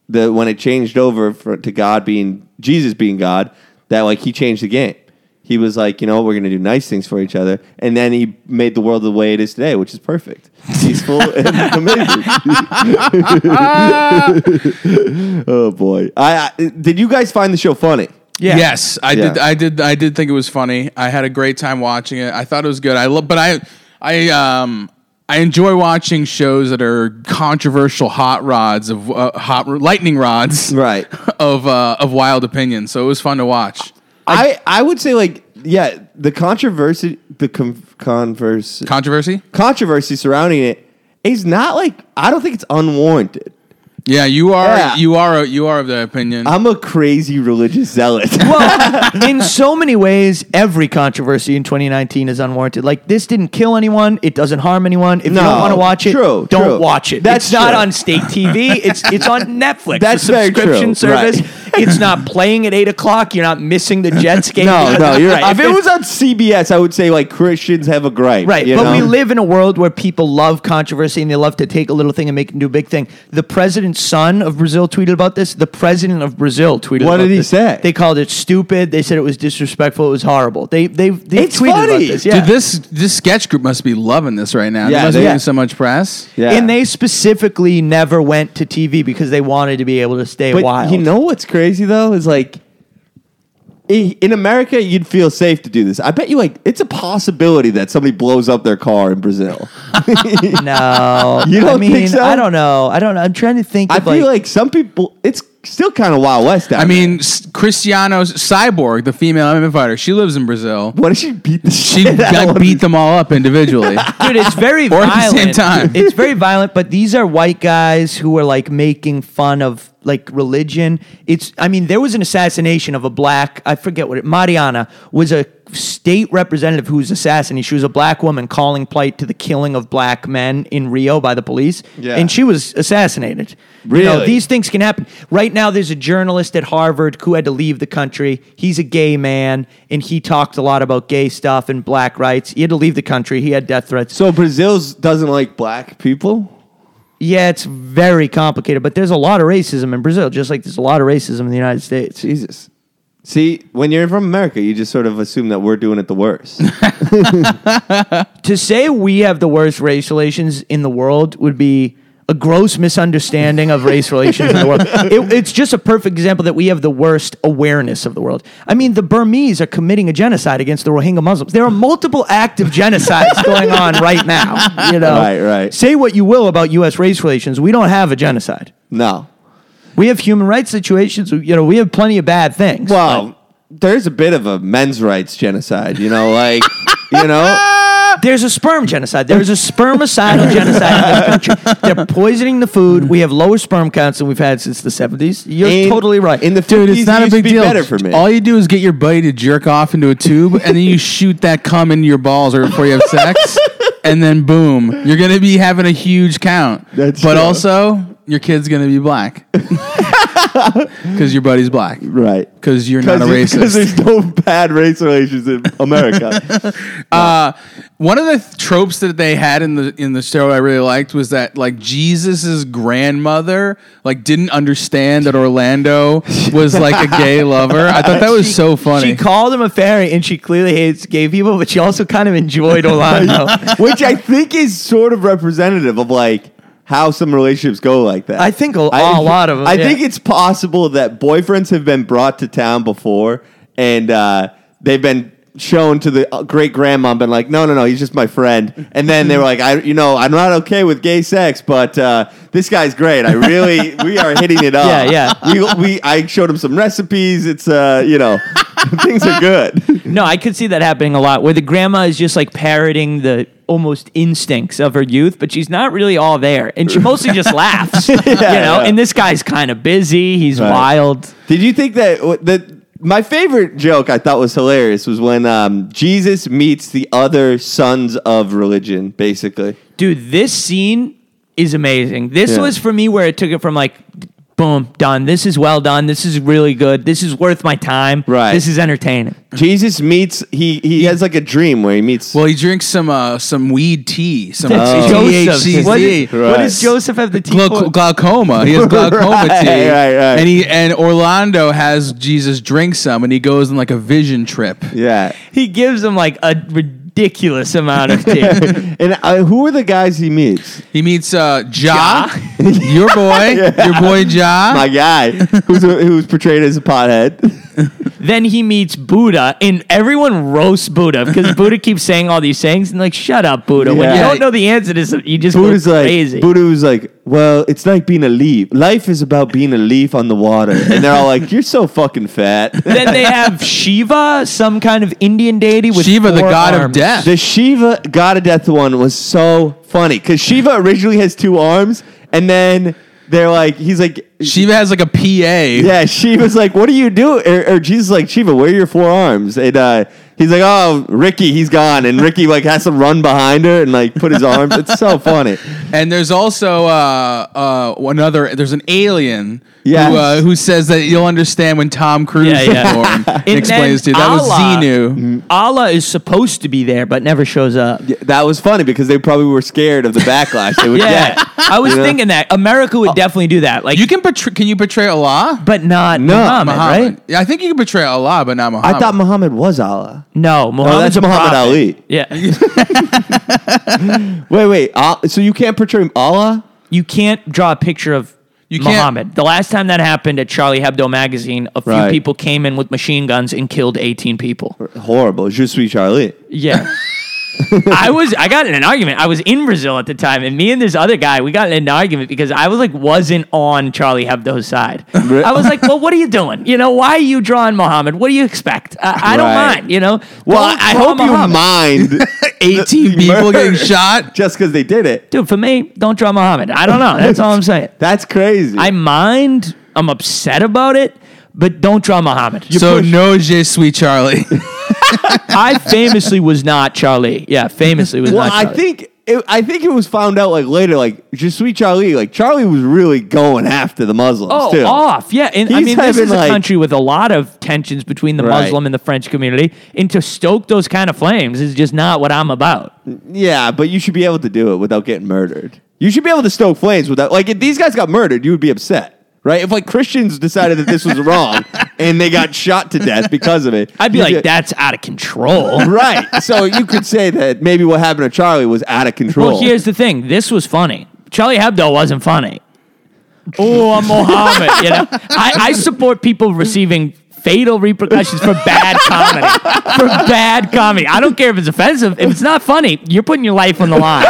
[SPEAKER 3] the when it changed over for, to God being Jesus being God, that like he changed the game. He was like, you know, we're gonna do nice things for each other, and then he made the world the way it is today, which is perfect, peaceful, and amazing. oh boy! I, I did you guys find the show funny?
[SPEAKER 1] Yeah.
[SPEAKER 2] Yes, I did.
[SPEAKER 3] Yeah.
[SPEAKER 2] I did. I did think it was funny. I had a great time watching it. I thought it was good. I love, but I, I, um, I enjoy watching shows that are controversial hot rods of uh, hot lightning rods,
[SPEAKER 3] Right.
[SPEAKER 2] Of uh, of wild opinions. So it was fun to watch.
[SPEAKER 3] I, I would say like yeah the controversy the con- converse
[SPEAKER 2] Controversy.
[SPEAKER 3] controversy surrounding it is not like I don't think it's unwarranted.
[SPEAKER 2] Yeah, you are.
[SPEAKER 3] Yeah. Um,
[SPEAKER 2] You are. You are of the opinion.
[SPEAKER 3] I'm a crazy religious zealot.
[SPEAKER 1] well, in so many ways, every controversy in 2019 is unwarranted. Like this didn't kill anyone; it doesn't harm anyone. If you
[SPEAKER 3] No,
[SPEAKER 1] don't want to watch it,
[SPEAKER 3] true,
[SPEAKER 1] don't
[SPEAKER 3] true.
[SPEAKER 1] watch it.
[SPEAKER 3] That's
[SPEAKER 1] it's not
[SPEAKER 3] true.
[SPEAKER 1] on state TV. It's it's on Netflix.
[SPEAKER 3] That's
[SPEAKER 1] a
[SPEAKER 3] very
[SPEAKER 1] subscription
[SPEAKER 3] true, right.
[SPEAKER 1] service. it's not playing at eight o'clock. You're not missing the Jets game.
[SPEAKER 3] No,
[SPEAKER 1] because-
[SPEAKER 3] no, you're right. If it
[SPEAKER 1] it's-
[SPEAKER 3] was on CBS, I would say like Christians have a gripe.
[SPEAKER 1] Right,
[SPEAKER 3] you
[SPEAKER 1] but
[SPEAKER 3] know?
[SPEAKER 1] we live in a world where people love controversy and they love to take a little thing and make it into a big thing. The president's son of Brazil tweeted about this. The president of Brazil tweeted.
[SPEAKER 3] What
[SPEAKER 1] about
[SPEAKER 3] did he
[SPEAKER 1] this.
[SPEAKER 3] say?
[SPEAKER 1] They called it stupid. They said it was disrespectful. It was horrible. They they they
[SPEAKER 3] It's
[SPEAKER 1] tweeted about
[SPEAKER 3] funny.
[SPEAKER 1] this. Yeah.
[SPEAKER 2] Dude, this this sketch group must be loving this right now.
[SPEAKER 3] Yeah,
[SPEAKER 2] Yeah, must be
[SPEAKER 3] they-
[SPEAKER 2] getting so much press.
[SPEAKER 3] Yeah.
[SPEAKER 1] And they specifically never went to TV because they wanted to be able to stay
[SPEAKER 3] But
[SPEAKER 1] wild.
[SPEAKER 3] you know what's crazy though is like i- in America you'd feel safe to do this. I bet you like it's a possibility that somebody blows up their car in Brazil.
[SPEAKER 1] no,
[SPEAKER 3] You
[SPEAKER 1] I
[SPEAKER 3] don't
[SPEAKER 1] mean,
[SPEAKER 3] think so?
[SPEAKER 1] I don't know. I don't know. I'm trying to think.
[SPEAKER 3] I
[SPEAKER 1] of
[SPEAKER 3] feel like, some people it's still kind of wild west out
[SPEAKER 2] I mean, s- Cristiano Cyborg, the female MMA fighter, she lives in Brazil.
[SPEAKER 3] what if she beat the
[SPEAKER 2] She
[SPEAKER 3] shit out of
[SPEAKER 2] got
[SPEAKER 3] one-
[SPEAKER 2] beat them all up individually.
[SPEAKER 1] dude, it's very
[SPEAKER 2] Or at the same
[SPEAKER 1] violent.
[SPEAKER 2] time.
[SPEAKER 1] It's very violent, but these are white guys who are like making fun of like religion. It's I mean, there was an assassination of a black, I forget what it Mariana was a state representative who was assassinated. She was a black woman calling plight to the killing of black men in Rio by the police.
[SPEAKER 3] Yeah.
[SPEAKER 1] And she was assassinated. You know,
[SPEAKER 3] Really?
[SPEAKER 1] these things can happen. Right now, there's a journalist at Harvard who had to leave the country. He's a gay man, and he talked a lot about gay stuff and black rights. He had to leave the country. He had death threats.
[SPEAKER 3] So Brazil's doesn't like black people?
[SPEAKER 1] Yeah, it's very complicated, but there's a lot of racism in Brazil, just like there's a lot of racism in the United States.
[SPEAKER 3] Jesus. See, when you're from America, you just sort of assume that we're doing it the worst.
[SPEAKER 1] To say we have the worst race relations in the world would be a gross misunderstanding of race relations in the world. It, it's just a perfect example that we have the worst awareness of the world. I mean, the Burmese are committing a genocide against the Rohingya Muslims. There are multiple active genocides going on right now. You know,
[SPEAKER 3] Right, right.
[SPEAKER 1] Say what you will about U.S. race relations, we don't have a genocide.
[SPEAKER 3] no.
[SPEAKER 1] We have human rights situations. You know, we have plenty of bad things.
[SPEAKER 3] Well, there's a bit of a men's rights genocide, you know, like, you know,
[SPEAKER 1] There's a sperm genocide. There's a spermicidal genocide in this country. They're poisoning the food. We have lower sperm counts than we've had since the 70s. You're
[SPEAKER 3] In-
[SPEAKER 1] totally right.
[SPEAKER 3] in the
[SPEAKER 2] Dude,
[SPEAKER 3] 50s,
[SPEAKER 2] it's not
[SPEAKER 3] it
[SPEAKER 2] a
[SPEAKER 3] used to
[SPEAKER 2] big
[SPEAKER 3] be
[SPEAKER 2] deal.
[SPEAKER 3] Better for me.
[SPEAKER 2] All you do is get your buddy to jerk off into a tube, and then you shoot that cum into your balls right before you have sex, and then boom, you're gonna be having a huge count.
[SPEAKER 3] That's
[SPEAKER 2] but
[SPEAKER 3] true.
[SPEAKER 2] also, your kid's gonna be black because your buddy's black.
[SPEAKER 3] right?
[SPEAKER 2] Because you're not a
[SPEAKER 3] Because
[SPEAKER 2] racist.
[SPEAKER 3] there's no bad race relations in America.
[SPEAKER 2] One of the th- tropes that they had in the in the show I really liked was that like Jesus's grandmother like didn't understand that Orlando was like a gay lover. I thought that was so funny.
[SPEAKER 1] She called him a fairy, and she clearly hates gay people, but she also kind of enjoyed Orlando.
[SPEAKER 3] Which I think is sort of representative of like how some relationships go like that.
[SPEAKER 1] I think a-
[SPEAKER 3] I-
[SPEAKER 1] a lot of 'em,
[SPEAKER 3] I
[SPEAKER 1] yeah.
[SPEAKER 3] think it's possible that boyfriends have been brought to town before and uh, they've been shown to the uh, great grandma and been like, no, no, no, he's just my friend. And then they were like, I, you know, I'm not okay with gay sex, but uh, this guy's great. I really, we are hitting it up.
[SPEAKER 1] Yeah, yeah.
[SPEAKER 3] We, we, I showed him some recipes. It's, uh, you know, things are good.
[SPEAKER 1] no, I could see that happening a lot, where the grandma is just like parroting the almost instincts of her youth, but she's not really all there, and she mostly just laughs. you know,
[SPEAKER 3] yeah.
[SPEAKER 1] and this guy's kind of busy. He's
[SPEAKER 3] Right.
[SPEAKER 1] wild.
[SPEAKER 3] Did you think that uh, that my favorite joke I thought was hilarious was when um, Jesus meets the other sons of religion, basically.
[SPEAKER 1] dude this scene is amazing this
[SPEAKER 3] Yeah.
[SPEAKER 1] was for me where it took it from like boom done this is well done this is really good this is worth my time
[SPEAKER 3] Right. Oh.
[SPEAKER 1] this is entertaining
[SPEAKER 3] Jesus meets he he has like a dream where he meets
[SPEAKER 2] Well, he drinks some uh, some weed tea, some
[SPEAKER 1] That's
[SPEAKER 2] THC.
[SPEAKER 1] Joseph. What, is,
[SPEAKER 3] Right.
[SPEAKER 1] what does joseph have the tea
[SPEAKER 2] Glau-
[SPEAKER 1] for?
[SPEAKER 2] glaucoma. He has glaucoma
[SPEAKER 3] Right,
[SPEAKER 2] tea.
[SPEAKER 3] right, right.
[SPEAKER 2] And he and Orlando has Jesus drink some, and he goes on like a vision trip.
[SPEAKER 3] yeah.
[SPEAKER 1] he gives him like a ridiculous amount of tea
[SPEAKER 3] And uh, who are the guys he meets?
[SPEAKER 2] He meets uh, Ja, your boy, your boy
[SPEAKER 1] Uh.
[SPEAKER 2] Ja.
[SPEAKER 3] My guy, who's uh, who's portrayed as a pothead.
[SPEAKER 1] then he meets buddha and everyone roasts buddha because buddha keeps saying all these things and like shut up buddha when you
[SPEAKER 3] Yeah.
[SPEAKER 1] don't know the answer to something you just
[SPEAKER 3] Buddha's
[SPEAKER 1] go
[SPEAKER 3] like
[SPEAKER 1] crazy
[SPEAKER 3] Buddha was like, well, it's like being a leaf. Life is about being a leaf on the water. And they're all like, you're so fucking fat.
[SPEAKER 1] then they have shiva some kind of indian deity with
[SPEAKER 2] Shiva, the
[SPEAKER 1] four
[SPEAKER 2] god of
[SPEAKER 1] arms.
[SPEAKER 2] death.
[SPEAKER 3] The Shiva God of Death one was so funny because Shiva originally has two arms, and then they're like, he's like,
[SPEAKER 2] Shiva has like a PA.
[SPEAKER 3] yeah, Shiva's like, what do you do? Or, or Jesus is like, Shiva, where are your four arms? And uh, He's like, oh, Ricky, he's gone, and Ricky like has to run behind her and like put his arms. It's so funny.
[SPEAKER 2] And there's also uh, uh, another. There's an alien
[SPEAKER 3] Yes.
[SPEAKER 2] who, uh, who says that you'll understand when Tom Cruise
[SPEAKER 1] Yeah, yeah. Mm.
[SPEAKER 2] performed and
[SPEAKER 1] And
[SPEAKER 2] explains to
[SPEAKER 1] then
[SPEAKER 2] you that was
[SPEAKER 1] Allah-
[SPEAKER 2] Xenu.
[SPEAKER 1] Allah is supposed to be there, but never shows up.
[SPEAKER 3] Yeah, That was funny because they probably were scared of the backlash they would
[SPEAKER 1] Yeah,
[SPEAKER 3] get.
[SPEAKER 1] I was
[SPEAKER 3] You know?
[SPEAKER 1] thinking that America would definitely do that. Like
[SPEAKER 2] You can betray. Can you betray Allah?
[SPEAKER 1] but not Muhammad,
[SPEAKER 2] Muhammad.
[SPEAKER 1] right?
[SPEAKER 2] Yeah, I think you can betray Allah, but not Muhammad.
[SPEAKER 3] I thought Muhammad was Allah.
[SPEAKER 1] No, Muhammad's
[SPEAKER 3] Oh, that's
[SPEAKER 1] a
[SPEAKER 3] Muhammad
[SPEAKER 1] prophet.
[SPEAKER 3] Ali.
[SPEAKER 1] Yeah,
[SPEAKER 3] Wait, wait. Al- so you can't portray Allah?
[SPEAKER 1] you can't draw a picture of
[SPEAKER 2] You can't-
[SPEAKER 1] Muhammad. The last time that happened at Charlie Hebdo magazine, a few
[SPEAKER 3] Right.
[SPEAKER 1] people came in with machine guns and killed 18 people.
[SPEAKER 3] Horrible. Je suis Charlie.
[SPEAKER 1] Yeah. I was I got in an argument. I was in Brazil at the time, and me and this other guy, we got in an argument because I was like wasn't on Charlie Hebdo's side.
[SPEAKER 3] Re-
[SPEAKER 1] I was like, Well, what are you doing? You know, why are you drawing Muhammad? What do you expect? I, I don't
[SPEAKER 3] Right.
[SPEAKER 1] mind, you know.
[SPEAKER 3] Well,
[SPEAKER 1] Don't
[SPEAKER 3] I
[SPEAKER 1] draw
[SPEAKER 3] hope you
[SPEAKER 1] Muhammad.
[SPEAKER 3] mind
[SPEAKER 2] 18
[SPEAKER 3] the
[SPEAKER 2] people
[SPEAKER 3] murder
[SPEAKER 2] getting shot.
[SPEAKER 3] just because they did it.
[SPEAKER 1] Dude, for me, don't draw Muhammad. I don't know. That's all I'm saying.
[SPEAKER 3] That's crazy.
[SPEAKER 1] I mind, I'm upset about it, but don't draw Muhammad.
[SPEAKER 2] So
[SPEAKER 3] push-
[SPEAKER 2] no, je suis Charlie.
[SPEAKER 1] I famously was not Charlie. Yeah, famously was
[SPEAKER 3] well,
[SPEAKER 1] not
[SPEAKER 3] I
[SPEAKER 1] Charlie.
[SPEAKER 3] think it, I think it was found out like later, like Je suis Charlie. Like Charlie was really going after the Muslims
[SPEAKER 1] Oh,
[SPEAKER 3] too.
[SPEAKER 1] off. Yeah. And I
[SPEAKER 3] He's
[SPEAKER 1] mean, this
[SPEAKER 3] having,
[SPEAKER 1] is a
[SPEAKER 3] like-
[SPEAKER 1] country with a lot of tensions between the
[SPEAKER 3] Right.
[SPEAKER 1] Muslim and the French community. And to stoke those kind of flames is just not what I'm about.
[SPEAKER 3] Yeah, but you should be able to do it without getting murdered. You should be able to stoke flames without like if these guys got murdered, you would be upset, right? If like Christians decided that this was wrong and they got shot to death because of it,
[SPEAKER 1] I'd be
[SPEAKER 3] you'd
[SPEAKER 1] like, that's out of control.
[SPEAKER 3] Right. So you could say that maybe what happened to Charlie was out of control.
[SPEAKER 1] well, here's the thing this was funny. Charlie Hebdo wasn't funny. Oh, I'm Mohammed. you know, I, I support people receiving fatal repercussions for bad comedy. For bad comedy. I don't care if it's offensive. If it's not funny, you're putting your life on the line.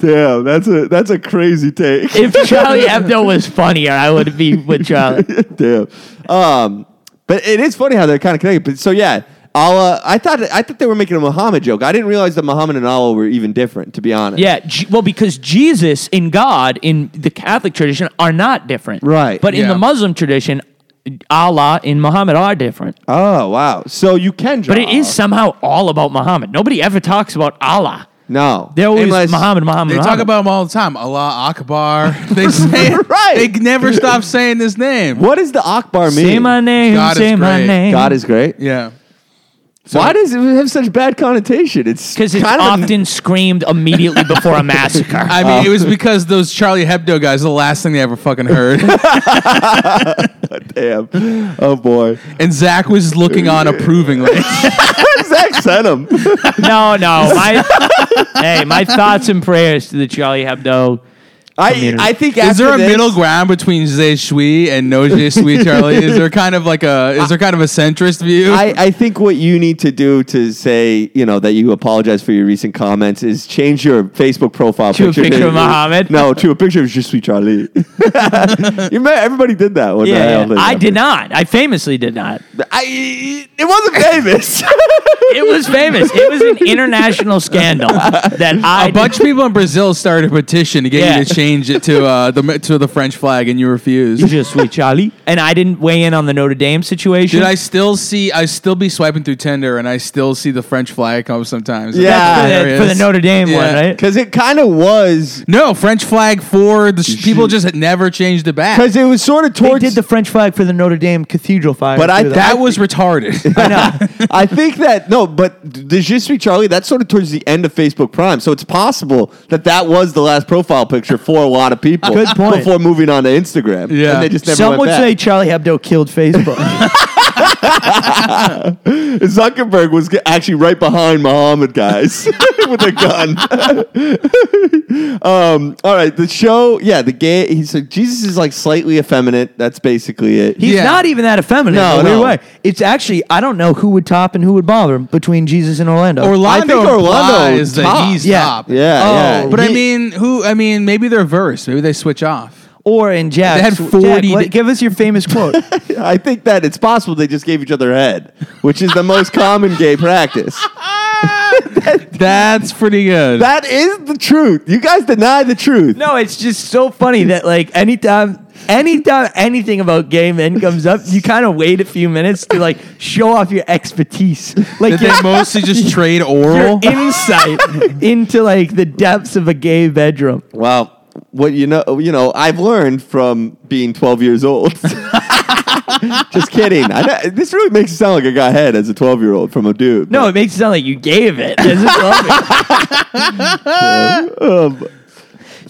[SPEAKER 3] Damn, that's a that's a crazy take.
[SPEAKER 1] if Charlie Hebdo was funnier, I would be with Charlie.
[SPEAKER 3] Damn. Um, but it is funny how they're kind of connected. But so yeah, Allah. I thought I thought they were making a Muhammad joke. I didn't realize that Muhammad and Allah were even different. To be honest.
[SPEAKER 1] Yeah, J- well, because Jesus and God in the Catholic tradition are not different.
[SPEAKER 3] Right,
[SPEAKER 1] But in
[SPEAKER 2] yeah.
[SPEAKER 1] the Muslim tradition, Allah and Muhammad are different.
[SPEAKER 3] Oh wow. So you can draw.
[SPEAKER 1] But it is somehow all about Muhammad. Nobody ever talks about Allah.
[SPEAKER 3] no.
[SPEAKER 1] They're always
[SPEAKER 3] Unless-
[SPEAKER 1] Muhammad, Muhammad,
[SPEAKER 2] They talk
[SPEAKER 1] Muhammad.
[SPEAKER 2] about him all the time. Allah Akbar. They say it.
[SPEAKER 3] Right.
[SPEAKER 2] They never stop saying this name.
[SPEAKER 3] What does the Akbar mean?
[SPEAKER 1] Say my name,
[SPEAKER 2] God is
[SPEAKER 1] say my
[SPEAKER 2] great.
[SPEAKER 1] name.
[SPEAKER 3] God is great.
[SPEAKER 2] Yeah.
[SPEAKER 3] Why does it have such bad connotation? It's
[SPEAKER 1] Because it's
[SPEAKER 3] kind of
[SPEAKER 1] often screamed immediately before a massacre.
[SPEAKER 2] I mean, it
[SPEAKER 3] Uh.
[SPEAKER 2] was because those Charlie Hebdo guys, the last thing they ever fucking heard.
[SPEAKER 3] damn. Oh boy,
[SPEAKER 2] and Zach was looking on approvingly.
[SPEAKER 3] Zach sent him.
[SPEAKER 1] no, no. My, hey, my thoughts and prayers to the Charlie Hebdo.
[SPEAKER 3] I
[SPEAKER 1] Community.
[SPEAKER 3] I think
[SPEAKER 2] is there
[SPEAKER 3] after
[SPEAKER 2] a
[SPEAKER 3] this-
[SPEAKER 2] middle ground between Je suis and No Je suis Charlie? Is there kind of like a is there kind of a centrist view?
[SPEAKER 3] I, I think what you need to do to say, you know, that you apologize for your recent comments is change your Facebook profile
[SPEAKER 1] To a
[SPEAKER 3] picture
[SPEAKER 1] picture of Muhammad?
[SPEAKER 3] No, to a picture of Je suis Charlie. you met, everybody did that one.
[SPEAKER 1] Yeah, yeah. I did not. I famously did not.
[SPEAKER 3] I, it wasn't famous.
[SPEAKER 1] It was famous. It was an international scandal that I
[SPEAKER 2] a bunch of people in Brazil started a petition to get
[SPEAKER 1] Yeah.
[SPEAKER 2] you to change it to uh, the to the French flag, and you refused.
[SPEAKER 1] just sweet Charlie, and I didn't weigh in on the Notre Dame situation.
[SPEAKER 2] Dude, I still see I still be swiping through Tinder, and I still see the French flag come sometimes.
[SPEAKER 3] Yeah.
[SPEAKER 1] for, the,
[SPEAKER 2] Hilarious.
[SPEAKER 1] for the Notre Dame one,
[SPEAKER 2] Yeah.
[SPEAKER 1] right?
[SPEAKER 3] Because it kind of was.
[SPEAKER 2] No, French flag for the sh- people just had never changed it back.
[SPEAKER 3] Because it was sort of
[SPEAKER 1] They
[SPEAKER 3] towards.
[SPEAKER 1] did the French flag for the Notre Dame Cathedral fire.
[SPEAKER 3] But I-
[SPEAKER 1] too, though.
[SPEAKER 2] That was retarded.
[SPEAKER 1] I know.
[SPEAKER 3] I think that no, but the Je suis Charlie. That's sort of towards the end of Facebook Prime, so it's possible that that was the last profile picture for a lot of people
[SPEAKER 1] Good point.
[SPEAKER 3] before moving on to Instagram.
[SPEAKER 2] Yeah.
[SPEAKER 3] and they just never
[SPEAKER 1] Some
[SPEAKER 3] went
[SPEAKER 1] would
[SPEAKER 3] back.
[SPEAKER 1] say Charlie Hebdo killed Facebook.
[SPEAKER 3] Zuckerberg was actually right behind Muhammad, guys, with a gun. um, all right, the show, yeah, the gay. He said Jesus is like slightly effeminate. That's basically it.
[SPEAKER 1] He's
[SPEAKER 2] Yeah.
[SPEAKER 1] not even that effeminate.
[SPEAKER 3] No,
[SPEAKER 1] in a weird
[SPEAKER 3] no.
[SPEAKER 1] way. It's actually I don't know who would top and who would bother him between Jesus and Orlando.
[SPEAKER 2] Orlando
[SPEAKER 3] I think Orlando
[SPEAKER 2] implies that
[SPEAKER 3] top.
[SPEAKER 2] he's
[SPEAKER 1] Yeah.
[SPEAKER 2] top.
[SPEAKER 3] yeah,
[SPEAKER 1] Oh,
[SPEAKER 3] yeah.
[SPEAKER 2] But I
[SPEAKER 3] He-
[SPEAKER 2] mean, who? I mean, maybe they're verse. Maybe they switch off.
[SPEAKER 1] or in Jack.
[SPEAKER 2] They had 40
[SPEAKER 1] give us your famous quote.
[SPEAKER 3] I think that it's possible they just gave each other head, which is the most common gay practice.
[SPEAKER 2] That's pretty good.
[SPEAKER 3] That is the truth. You guys deny the truth.
[SPEAKER 1] No, it's just so funny that like anytime, anytime anything about gay men comes up, you kind of wait a few minutes to like show off your expertise,
[SPEAKER 2] Did
[SPEAKER 1] like your,
[SPEAKER 2] they mostly just trade
[SPEAKER 1] your
[SPEAKER 2] oral?
[SPEAKER 1] insight into like the depths of a gay bedroom.
[SPEAKER 3] Well, what you know, you know, I've learned from being 12 years old. Just kidding. I, know- this really makes it sound like I got head as a 12 year old from a dude.
[SPEAKER 1] No, it makes it sound like you gave it. This is lovely. Um,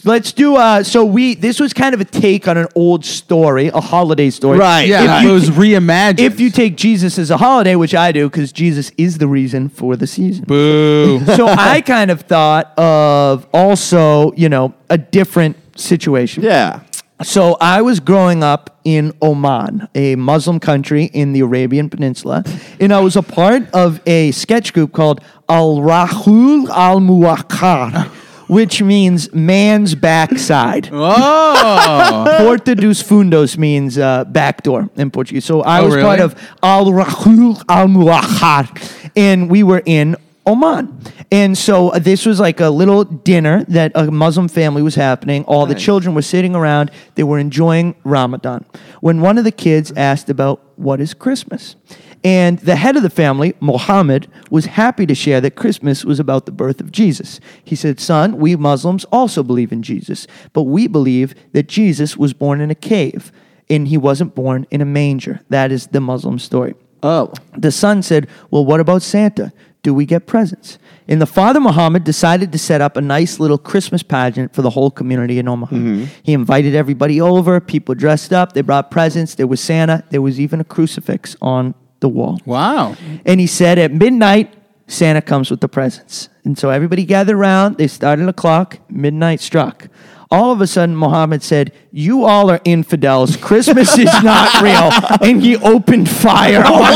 [SPEAKER 1] Let's do. Uh, so we. This was kind of a take on an old story, a holiday story.
[SPEAKER 3] Right.
[SPEAKER 2] yeah,
[SPEAKER 1] If
[SPEAKER 2] it
[SPEAKER 1] you,
[SPEAKER 2] was reimagined.
[SPEAKER 1] if you take Jesus as a holiday, which I do, because Jesus is the reason for the season.
[SPEAKER 2] boo,
[SPEAKER 1] so I kind of thought of also, you know, a different situation.
[SPEAKER 3] Yeah.
[SPEAKER 1] So I was growing up in Oman, a Muslim country in the Arabian Peninsula, and I was a part of a sketch group called Al Rahul Al Muwakkar, which means man's backside.
[SPEAKER 2] oh,
[SPEAKER 1] Porta dos Fundos means uh, back door in Portuguese. So I
[SPEAKER 2] Oh,
[SPEAKER 1] was
[SPEAKER 2] really?
[SPEAKER 1] part of Al Rahul Al Muakhar, and we were in Oman. And so uh, this was like a little dinner that a Muslim family was happening. All the children were sitting around, they were enjoying Ramadan. When one of the kids asked about what is Christmas, and the head of the family, Mohammed, was happy to share that Christmas was about the birth of Jesus. He said, Son, we Muslims also believe in Jesus, but we believe that Jesus was born in a cave and he wasn't born in a manger. That is the Muslim story.
[SPEAKER 3] Oh.
[SPEAKER 1] The son said, Well, what about Santa? Do we get presents? And the father Muhammad decided to set up a nice little Christmas pageant for the whole community in Omaha. He invited everybody over, people dressed up, they brought presents, there was Santa, there was even a crucifix on the wall.
[SPEAKER 2] wow.
[SPEAKER 1] And he said, At midnight, Santa comes with the presents. And so everybody gathered around. They started a clock. Midnight struck. All of a sudden, Muhammad said, You all are infidels. Christmas is not real. And he opened fire. wow!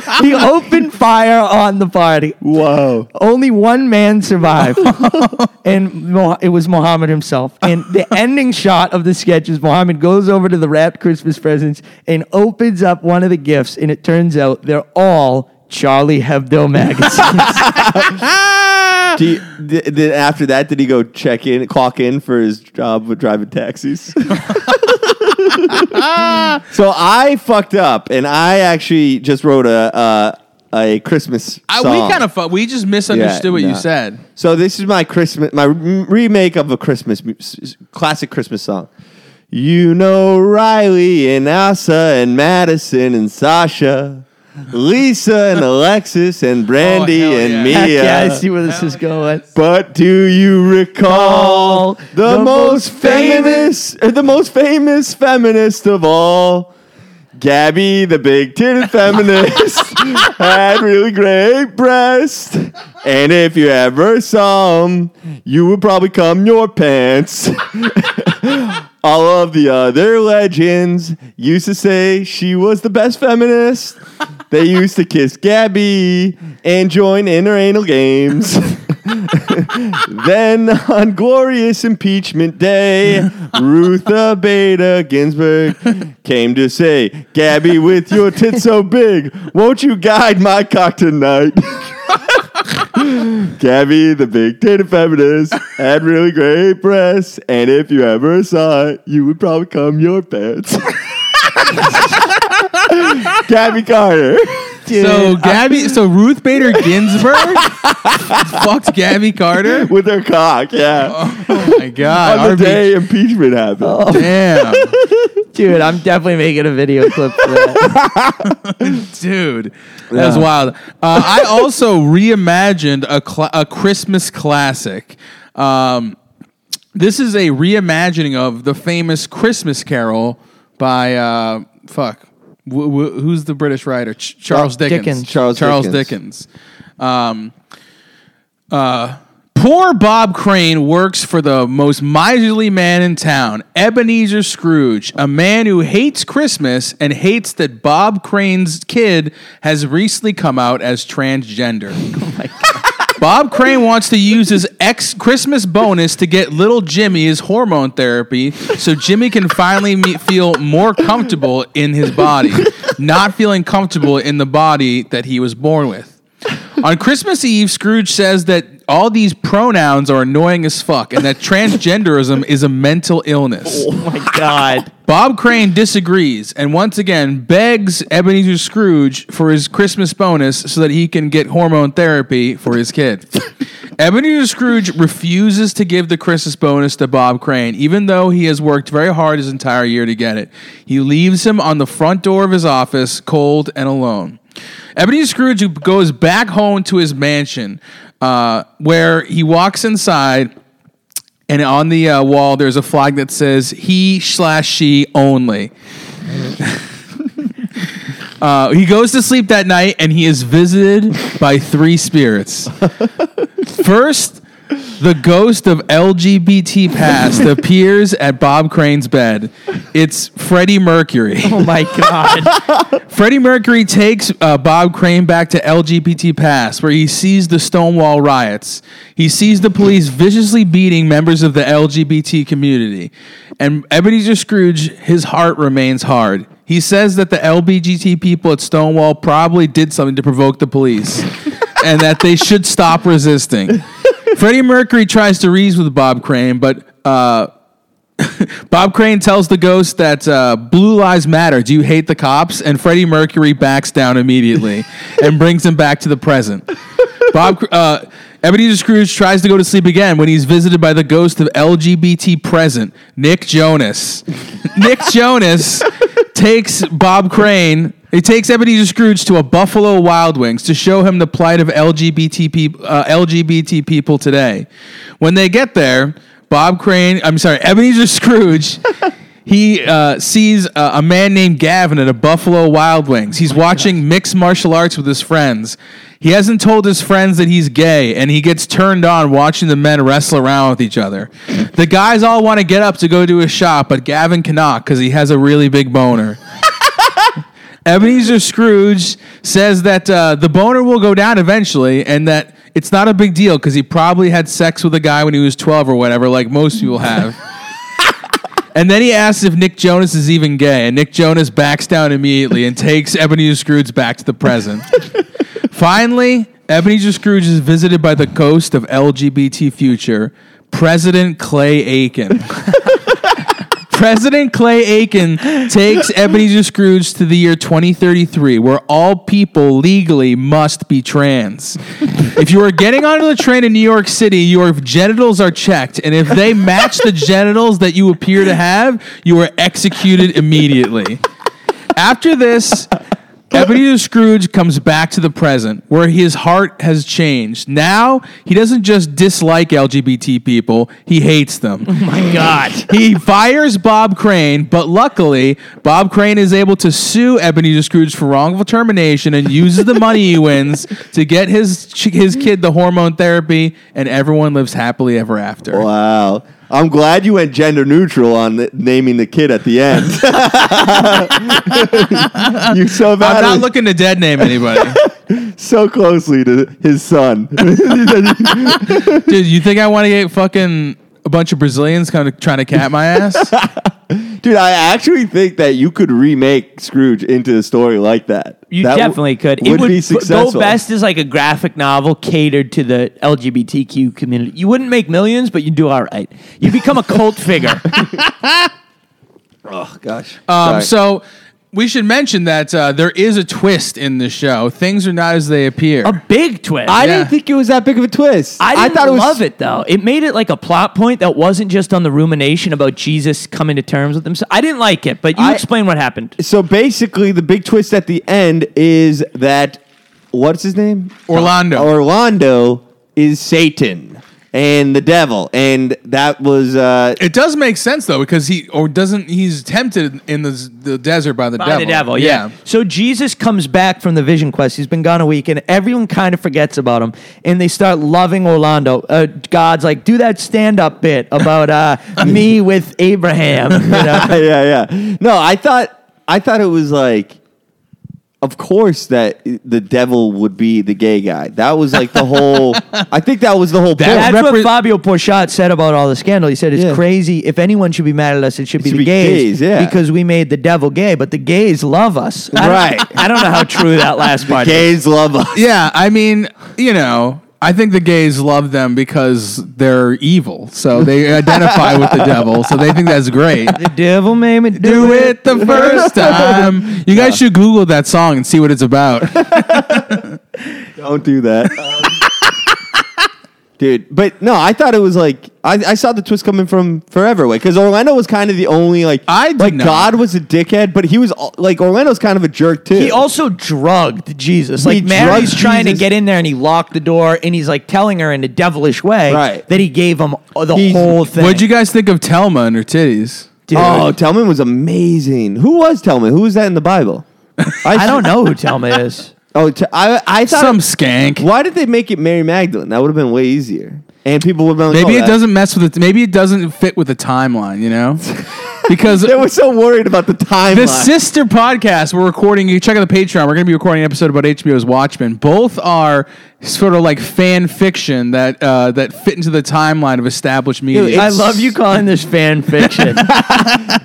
[SPEAKER 1] he opened fire on the party.
[SPEAKER 3] Whoa.
[SPEAKER 1] Only one man survived, and Mo- it was Muhammad himself. And the ending shot of the sketch is Muhammad goes over to the wrapped Christmas presents and opens up one of the gifts, and it turns out they're all Charlie Hebdo magazines.
[SPEAKER 3] Do you, th- then after that, did he go check in, clock in for his job with driving taxis? so I fucked up, and I actually just wrote a uh, a Christmas.
[SPEAKER 2] I, we
[SPEAKER 3] song.
[SPEAKER 2] kind of fu- we just misunderstood
[SPEAKER 3] Yeah,
[SPEAKER 2] what you
[SPEAKER 3] no.
[SPEAKER 2] said.
[SPEAKER 3] So this is my Christmas, my m- remake of a Christmas mu- s- s- classic Christmas song. You know Riley and Asa and Madison and Sasha, Lisa and Alexis and Brandy
[SPEAKER 2] Oh, hell
[SPEAKER 3] and
[SPEAKER 2] yeah.
[SPEAKER 1] Heck
[SPEAKER 3] Mia.
[SPEAKER 1] yeah, I see where this is going.
[SPEAKER 3] But do you recall the,
[SPEAKER 1] The most
[SPEAKER 3] most famous, or the most famous feminist of all? Gabby, the big titted feminist, had really great breasts. And if you ever saw them, you would probably cum your pants. All of the other legends used to say she was the best feminist. They used to kiss Gabby and join in her anal games. then on glorious impeachment day, Rutha Bader Ginsburg came to say, Gabby, with your tits so big, won't you guide my cock tonight? Gabby, the big titted feminist, had really great breasts, and if you ever saw it, you would probably cum your pants. Gabby Carter.
[SPEAKER 2] So Gabby, so Ruth Bader Ginsburg fucked Gabby Carter.
[SPEAKER 3] With her cock, yeah.
[SPEAKER 2] Oh my god!
[SPEAKER 3] On the
[SPEAKER 2] RB
[SPEAKER 3] day impeachment happened.
[SPEAKER 2] Damn,
[SPEAKER 1] Dude, I'm definitely making a video clip for that.
[SPEAKER 2] dude, that's wild. Uh, I also reimagined a cla a Christmas classic. Um, this is a reimagining of the famous Christmas Carol by uh, fuck. W- w- who's the British writer? Ch- Charles Dickens.
[SPEAKER 1] Dickens.
[SPEAKER 3] Charles
[SPEAKER 2] Dickens. Um, uh, poor Bob Crane works for the most miserly man in town, Ebenezer Scrooge, a man who hates Christmas and hates that Bob Crane's kid has recently come out as transgender. Bob Crane wants to use his ex Christmas bonus to get little Jimmy his hormone therapy so Jimmy can finally me- feel more comfortable in his body, not feeling comfortable in the body that he was born with. On Christmas Eve, Scrooge says that all these pronouns are annoying as fuck and that transgenderism is a mental illness.
[SPEAKER 1] Oh my god.
[SPEAKER 2] Bob Crane disagrees and once again begs Ebenezer Scrooge for his Christmas bonus so that he can get hormone therapy for his kid. Ebenezer Scrooge refuses to give the Christmas bonus to Bob Crane, even though he has worked very hard his entire year to get it. He leaves him on the front door of his office, cold and alone. Ebenezer Scrooge who goes back home to his mansion, uh, where he walks inside and on the uh, wall there's a flag that says he slash she only uh, he goes to sleep that night and he is visited by three spirits first the ghost of lgbt past appears at bob crane's bed it's freddie mercury
[SPEAKER 1] Oh my god.
[SPEAKER 2] Freddie Mercury takes uh, Bob Crane back to LGBT Pass, where he sees the Stonewall riots. He sees the police viciously beating members of the LGBT community. And Ebenezer Scrooge, his heart remains hard. He says that the LGBT people at Stonewall probably did something to provoke the police and that they should stop resisting. Freddie Mercury tries to reason with Bob Crane, but. Uh, Bob Crane tells the ghost that uh, blue lives matter. Do you hate the cops? And Freddie Mercury backs down immediately and brings him back to the present. Bob uh, Ebenezer Scrooge tries to go to sleep again when he's visited by the ghost of LGBT present Nick Jonas. Nick Jonas takes Bob Crane. He takes Ebenezer Scrooge to a Buffalo Wild Wings to show him the plight of LGBT, peop uh, LGBT people today. When they get there, Bob Crane, I'm sorry, Ebenezer Scrooge, he uh, sees uh, a man named Gavin at a Buffalo Wild Wings. He's watching mixed martial arts with his friends. He hasn't told his friends that he's gay, and he gets turned on watching the men wrestle around with each other. The guys all want to get up to go to his shop, but Gavin cannot because he has a really big boner. Ebenezer Scrooge says that uh, the boner will go down eventually and that it's not a big deal because he probably had sex with a guy when he was 12 or whatever, like most people have. and then he asks if Nick Jonas is even gay, and Nick Jonas backs down immediately and takes Ebenezer Scrooge back to the present. Finally, Ebenezer Scrooge is visited by the ghost of LGBT future, President Clay Aiken. President Clay Aiken takes Ebenezer Scrooge to the year 2033, where all people legally must be trans. If you are getting onto the train in New York City, your genitals are checked, and if they match the genitals that you appear to have, you are executed immediately. After this, Ebenezer Scrooge comes back to the present, where his heart has changed. Now he doesn't just dislike LGBT people; he hates them
[SPEAKER 1] my god.
[SPEAKER 2] he fires Bob Crane, but luckily, Bob Crane is able to sue Ebenezer Scrooge for wrongful termination and uses the money he wins to get his ch- his kid the hormone therapy, and everyone lives happily ever after.
[SPEAKER 3] Wow. I'm glad you went gender neutral on the, naming the kid at the end. you so
[SPEAKER 2] I'm
[SPEAKER 3] badly,
[SPEAKER 2] not looking to dead name anybody.
[SPEAKER 3] so closely to his son.
[SPEAKER 2] Dude, you think I want to get fucking a bunch of Brazilians kind of trying to cat my ass?
[SPEAKER 3] Dude, I actually think that you could remake Scrooge into a story like that.
[SPEAKER 1] You
[SPEAKER 3] That w-
[SPEAKER 1] definitely could.
[SPEAKER 3] Would
[SPEAKER 1] it would
[SPEAKER 3] be
[SPEAKER 1] p-
[SPEAKER 3] successful.
[SPEAKER 1] go best as like a graphic novel catered to the LGBTQ community. You wouldn't make millions, but you do all right. You become a cult figure.
[SPEAKER 3] Oh gosh.
[SPEAKER 2] Um,
[SPEAKER 3] Sorry.
[SPEAKER 2] so. We should mention that uh, there is a twist in the show. Things are not as they appear.
[SPEAKER 1] a big twist.
[SPEAKER 3] I
[SPEAKER 2] yeah.
[SPEAKER 3] didn't think it was that big of a twist.
[SPEAKER 1] I, didn't
[SPEAKER 3] thought it was
[SPEAKER 1] love it though. It made it like a plot point that wasn't just on the rumination about Jesus coming to terms with himself. I didn't like it, but you
[SPEAKER 3] I-
[SPEAKER 1] explain what happened.
[SPEAKER 3] So basically, the big twist at the end is that what's his name?
[SPEAKER 2] Orlando.
[SPEAKER 3] Orlando is Satan and the devil, and that was uh,
[SPEAKER 2] It does make sense though because he or doesn't he's tempted in the the desert by the
[SPEAKER 1] By
[SPEAKER 2] devil.
[SPEAKER 1] the devil, yeah. So Jesus comes back from the vision quest. He's been gone a week, and everyone kind of forgets about him, and they start loving Orlando. Uh, God's like, do that stand-up bit about uh, me with Abraham. You know?
[SPEAKER 3] yeah, yeah. No, I thought I thought it was like. of course that the devil would be the gay guy. That was like the whole. I think that was the whole point.
[SPEAKER 1] That's what
[SPEAKER 2] repre-
[SPEAKER 1] Fabio Porchat said about all the scandal. He said it's
[SPEAKER 3] Yeah.
[SPEAKER 1] crazy. If anyone should be mad at us, it should be
[SPEAKER 3] should
[SPEAKER 1] the
[SPEAKER 3] be
[SPEAKER 1] gays,
[SPEAKER 3] gays, yeah.
[SPEAKER 1] because we made the devil gay. But the gays love us, I don't-
[SPEAKER 3] Right.
[SPEAKER 1] I don't know how true that last part. is.
[SPEAKER 3] Gays love us.
[SPEAKER 2] Yeah, I mean, you know, I think the gays love them because they're evil, so they identify with the devil, so they think that's great.
[SPEAKER 1] The devil made me do,
[SPEAKER 2] Do
[SPEAKER 1] it.
[SPEAKER 2] it the first time. You guys should Google that song and see what it's about.
[SPEAKER 3] Don't do that. Dude, but no, I thought it was like I, I saw the twist coming from forever away because Orlando was kind of the only like
[SPEAKER 2] I did
[SPEAKER 3] like
[SPEAKER 2] not.
[SPEAKER 3] God was a dickhead, but he was al- like Orlando's kind of a jerk too.
[SPEAKER 1] He also drugged Jesus.
[SPEAKER 3] He
[SPEAKER 1] Like Mary's
[SPEAKER 3] drugged
[SPEAKER 1] trying to
[SPEAKER 3] Jesus.
[SPEAKER 1] get in there, and he locked the door, and he's like telling her in a devilish way
[SPEAKER 3] Right.
[SPEAKER 1] that he gave him the
[SPEAKER 3] He's-
[SPEAKER 1] whole thing.
[SPEAKER 2] What'd you guys think of Telma and her titties?
[SPEAKER 1] Dude,
[SPEAKER 3] oh, Tellman was amazing. Who was Tellman? Who was that in the Bible?
[SPEAKER 1] I don't know who Telma is.
[SPEAKER 3] Oh, t- I I thought
[SPEAKER 2] Some skank.
[SPEAKER 3] why did they make it Mary Magdalene? That would have been way easier, and people would have been like,
[SPEAKER 2] Maybe
[SPEAKER 3] oh,
[SPEAKER 2] it
[SPEAKER 3] that-
[SPEAKER 2] doesn't mess with it. Maybe it doesn't fit with the timeline, you know? Because
[SPEAKER 3] They were so worried about the timeline.
[SPEAKER 2] The sister podcast we're recording. You check out the Patreon. We're going to be recording an episode about HBO's Watchmen. Both are sort of like fan fiction that uh, that fit into the timeline of established media.
[SPEAKER 3] Dude,
[SPEAKER 1] I
[SPEAKER 3] It's-
[SPEAKER 1] love you calling this fan fiction.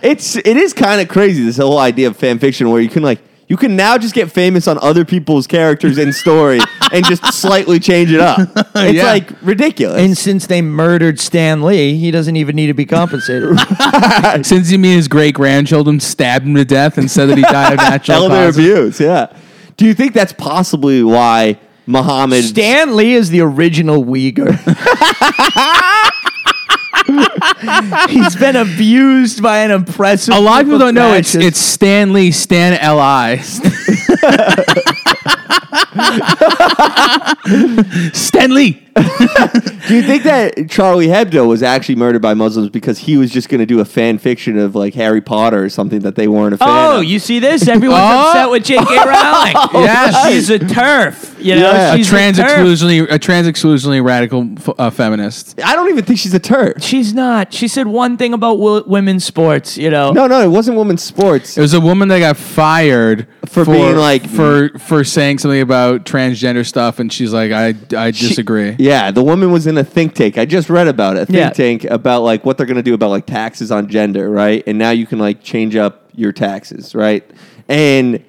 [SPEAKER 3] It's it is kind of crazy this whole idea of fan fiction where you can like you can now just get famous on other people's characters and story and just slightly change it up. It's
[SPEAKER 2] Yeah.
[SPEAKER 3] like ridiculous.
[SPEAKER 1] and since they murdered Stan Lee, he doesn't even need to be compensated.
[SPEAKER 2] Since you mean his great grandchildren stabbed him to death and said that he died of natural
[SPEAKER 3] Elder
[SPEAKER 2] causes.
[SPEAKER 3] abuse, yeah. Do you think that's possibly why Muhammad
[SPEAKER 1] Stan Lee is the original Uyghur. He's been abused by an oppressive.
[SPEAKER 2] A lot of people don't know it's
[SPEAKER 1] fascist-
[SPEAKER 2] it's Stan Lee, Stan L I. Stan Lee.
[SPEAKER 3] Do you think that Charlie Hebdo was actually murdered by Muslims because he was just going to do a fan fiction of like Harry Potter or something that they weren't a fan
[SPEAKER 1] Oh,
[SPEAKER 3] of?
[SPEAKER 1] you see this? Everyone's
[SPEAKER 2] Oh.
[SPEAKER 1] upset with J.K. Rowling.
[SPEAKER 2] Yes.
[SPEAKER 1] she's a turf. You know,
[SPEAKER 3] Yeah. A
[SPEAKER 1] she's a
[SPEAKER 2] Oh, Trans
[SPEAKER 1] turf.
[SPEAKER 2] exclusionally a trans exclusionally radical f- uh, feminist.
[SPEAKER 3] I don't even think she's a Turk.
[SPEAKER 1] She's not. She said one thing about w- women's sports. You know,
[SPEAKER 3] No, no, it wasn't women's sports.
[SPEAKER 2] It was a woman that got fired
[SPEAKER 3] For being like-
[SPEAKER 2] for for saying something about transgender stuff, and she's like, I I
[SPEAKER 3] She-
[SPEAKER 2] disagree.
[SPEAKER 3] yeah, the woman was in a think tank. I just read about it. A think
[SPEAKER 1] Yeah.
[SPEAKER 3] tank about like what they're going to do about like taxes on gender, right? And now you can like change up your taxes, right? And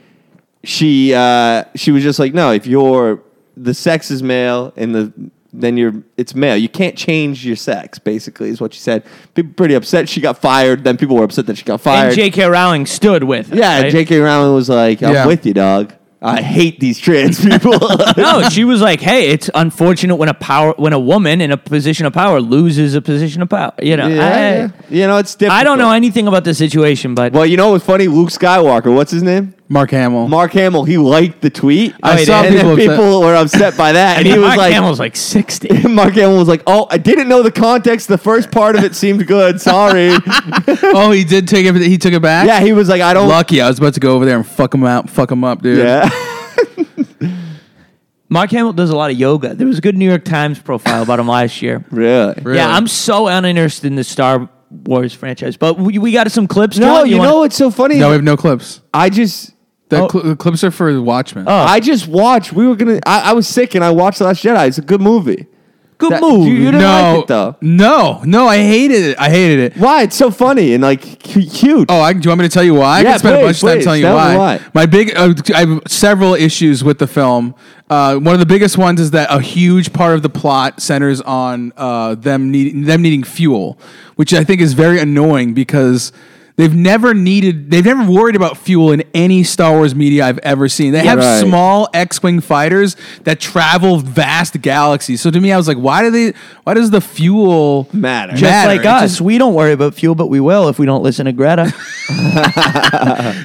[SPEAKER 3] she uh, she was just like, no, if you're the sex is male and the then you're it's male. You can't change your sex. Basically, is what she said. People were pretty upset. She got fired. Then people were upset that she got fired.
[SPEAKER 1] and J.K. Rowling stood with. Her,
[SPEAKER 3] yeah,
[SPEAKER 1] right?
[SPEAKER 3] J.K. Rowling was like, I'm
[SPEAKER 2] Yeah.
[SPEAKER 3] with you, dog. I hate these trans people.
[SPEAKER 1] No, she was like, "Hey, it's unfortunate when a power when a woman in a position of power loses a position of power." You know,
[SPEAKER 3] yeah,
[SPEAKER 1] I,
[SPEAKER 3] you know it's different.
[SPEAKER 1] I don't know anything about the situation, but
[SPEAKER 3] Well, you know what's funny? Luke Skywalker, what's his name?
[SPEAKER 2] Mark Hamill.
[SPEAKER 3] Mark Hamill, he liked the tweet.
[SPEAKER 2] I
[SPEAKER 1] he
[SPEAKER 2] saw
[SPEAKER 1] did.
[SPEAKER 3] and
[SPEAKER 2] people,
[SPEAKER 3] then
[SPEAKER 2] upset.
[SPEAKER 3] people were upset by that. and he was
[SPEAKER 1] Mark
[SPEAKER 3] like,
[SPEAKER 1] Hamill's like sixty.
[SPEAKER 3] Mark Hamill was like, oh, I didn't know the context. The first part of it seemed good. Sorry.
[SPEAKER 2] Oh, he did take it. He took it back.
[SPEAKER 3] yeah, he was like, I don't.
[SPEAKER 2] Lucky, I was about to go over there and fuck him out, fuck him up, dude.
[SPEAKER 3] Yeah.
[SPEAKER 1] Mark Hamill does a lot of yoga. There was a good New York Times profile about him last year.
[SPEAKER 3] really?
[SPEAKER 2] Really.
[SPEAKER 1] Yeah, I'm so uninterested in the Star Wars franchise, but we, we got some clips.
[SPEAKER 3] No,
[SPEAKER 1] Dylan.
[SPEAKER 3] you,
[SPEAKER 1] wanna-
[SPEAKER 3] know what's so funny?
[SPEAKER 2] No, we have no clips.
[SPEAKER 3] I just.
[SPEAKER 2] The,
[SPEAKER 1] Oh.
[SPEAKER 2] cl- the clips are for Watchmen.
[SPEAKER 1] Oh.
[SPEAKER 3] I just watched. We were gonna. I, I was sick, and I watched The Last Jedi. It's a good movie.
[SPEAKER 1] good
[SPEAKER 3] That-
[SPEAKER 1] move.
[SPEAKER 3] You- you didn't
[SPEAKER 2] no,
[SPEAKER 3] like it, though.
[SPEAKER 2] no, no, I hated it. I hated it.
[SPEAKER 3] Why? It's so funny and like cu- cute.
[SPEAKER 2] Oh, I, do you want me to tell you why? I
[SPEAKER 3] Yeah,
[SPEAKER 2] can spend a bunch
[SPEAKER 3] please,
[SPEAKER 2] of time
[SPEAKER 3] please,
[SPEAKER 2] telling you
[SPEAKER 3] tell me
[SPEAKER 2] why.
[SPEAKER 3] why.
[SPEAKER 2] My big, uh, I have several issues with the film. Uh, one of the biggest ones is that a huge part of the plot centers on uh, them need, them needing fuel, which I think is very annoying because. They've never needed. They've never worried about fuel in any Star Wars media I've ever seen. They have
[SPEAKER 3] right.
[SPEAKER 2] small X-wing fighters that travel vast galaxies. So to me, I was like, why do they? Why does the fuel
[SPEAKER 3] Matter. Just
[SPEAKER 1] Just like
[SPEAKER 2] It
[SPEAKER 1] us,
[SPEAKER 2] just-
[SPEAKER 1] we don't worry about fuel, but we will if we don't listen to Greta.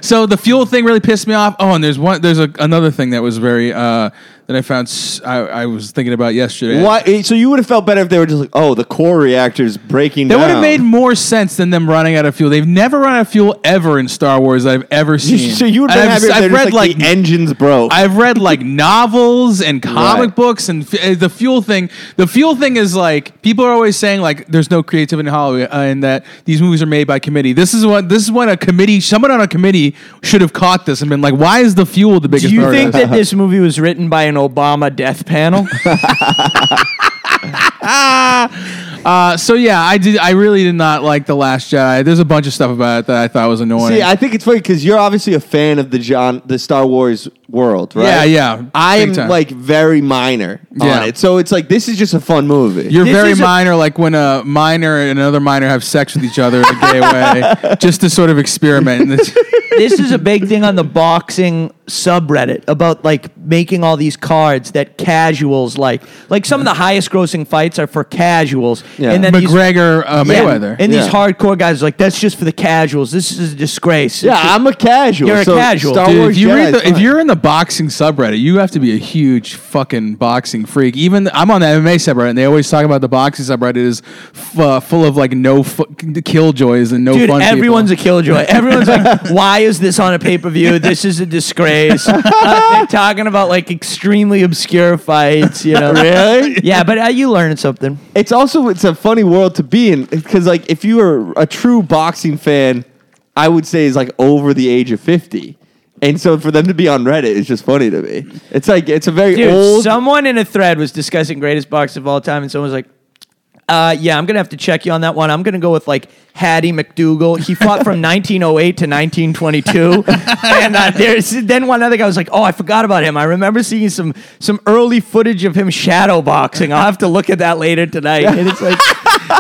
[SPEAKER 2] So the fuel thing really pissed me off. Oh, and there's one. There's a, another thing that was very uh, that I found. s- I, I was thinking about yesterday.
[SPEAKER 3] Why? So you would have felt better if they were just like, oh, the core reactor's breaking
[SPEAKER 2] That
[SPEAKER 3] down.
[SPEAKER 2] would have made more sense than them running out of fuel. They've never run out of fuel ever in Star Wars that I've ever seen.
[SPEAKER 3] So you would have
[SPEAKER 2] And
[SPEAKER 3] been
[SPEAKER 2] I've,
[SPEAKER 3] happier if
[SPEAKER 2] I've
[SPEAKER 3] they're just
[SPEAKER 2] read
[SPEAKER 3] like, the engines broke.
[SPEAKER 2] I've read like novels and comic
[SPEAKER 3] Right.
[SPEAKER 2] books and f- uh, the fuel thing. The fuel thing is like people are always saying like there's no creativity in Hollywood uh, and that these movies are made by committee. This is what this is when a committee, someone on a committee should have caught this and been like, why is the fuel the biggest?
[SPEAKER 1] Do you
[SPEAKER 2] priority?
[SPEAKER 1] think that this movie was written by an Obama death panel?
[SPEAKER 2] Uh, so yeah, I did. I really did not like the Last Jedi. There's a bunch of stuff about it that I thought was annoying.
[SPEAKER 3] See, I think it's funny because you're obviously a fan of the John, the Star Wars world, right?
[SPEAKER 2] Yeah, yeah.
[SPEAKER 3] I
[SPEAKER 2] Big
[SPEAKER 3] am
[SPEAKER 2] time.
[SPEAKER 3] like very minor
[SPEAKER 2] Yeah.
[SPEAKER 3] on it, so it's like this is just a fun movie.
[SPEAKER 2] You're
[SPEAKER 1] This
[SPEAKER 2] very
[SPEAKER 1] is a-
[SPEAKER 2] minor, like when a minor and another minor have sex with each other in a gay way, just to sort of experiment. And it's-
[SPEAKER 1] this is a big thing on the boxing subreddit about like making all these cards that casuals like. Like some of the highest grossing fights are for casuals,
[SPEAKER 3] Yeah.
[SPEAKER 1] and then these-
[SPEAKER 2] McGregor uh,
[SPEAKER 1] Yeah.
[SPEAKER 2] Mayweather.
[SPEAKER 1] and these
[SPEAKER 3] Yeah.
[SPEAKER 1] hardcore guys are like that's just for the casuals. This is a disgrace.
[SPEAKER 3] yeah, I'm a casual.
[SPEAKER 1] You're a
[SPEAKER 3] so
[SPEAKER 1] casual.
[SPEAKER 3] Star
[SPEAKER 2] Dude,
[SPEAKER 3] Wars
[SPEAKER 2] if you
[SPEAKER 3] Jedi
[SPEAKER 2] read
[SPEAKER 3] is
[SPEAKER 2] the, if
[SPEAKER 3] fine.
[SPEAKER 2] you're in the boxing subreddit, you have to be a huge fucking boxing freak. Even th- I'm on the MMA subreddit, and they always talk about the boxing subreddit is f- uh, full of like no fu- killjoys and no
[SPEAKER 1] Dude,
[SPEAKER 2] fun. people.
[SPEAKER 1] everyone's a killjoy. Everyone's like, "Why is this on a pay per view? This is a disgrace." Uh, they're talking about like extremely obscure fights, you know?
[SPEAKER 3] really,
[SPEAKER 1] Yeah, but uh, you learn something.
[SPEAKER 3] it's also it's a funny world to be in because like if you are a true boxing fan, I would say is like over the age of fifty. And so for them to be on Reddit is just funny to me. It's like it's a very
[SPEAKER 1] Dude,
[SPEAKER 3] old
[SPEAKER 1] someone in a thread was discussing greatest box of all time, and someone was like, uh, yeah, I'm gonna have to check you on that one. I'm gonna go with like Hattie McDougal. He fought from 1908 to 1922, and uh, there's then one other guy was like, "Oh, I forgot about him. I remember seeing some some early footage of him shadow boxing. I'll have to look at that later tonight." And it's like,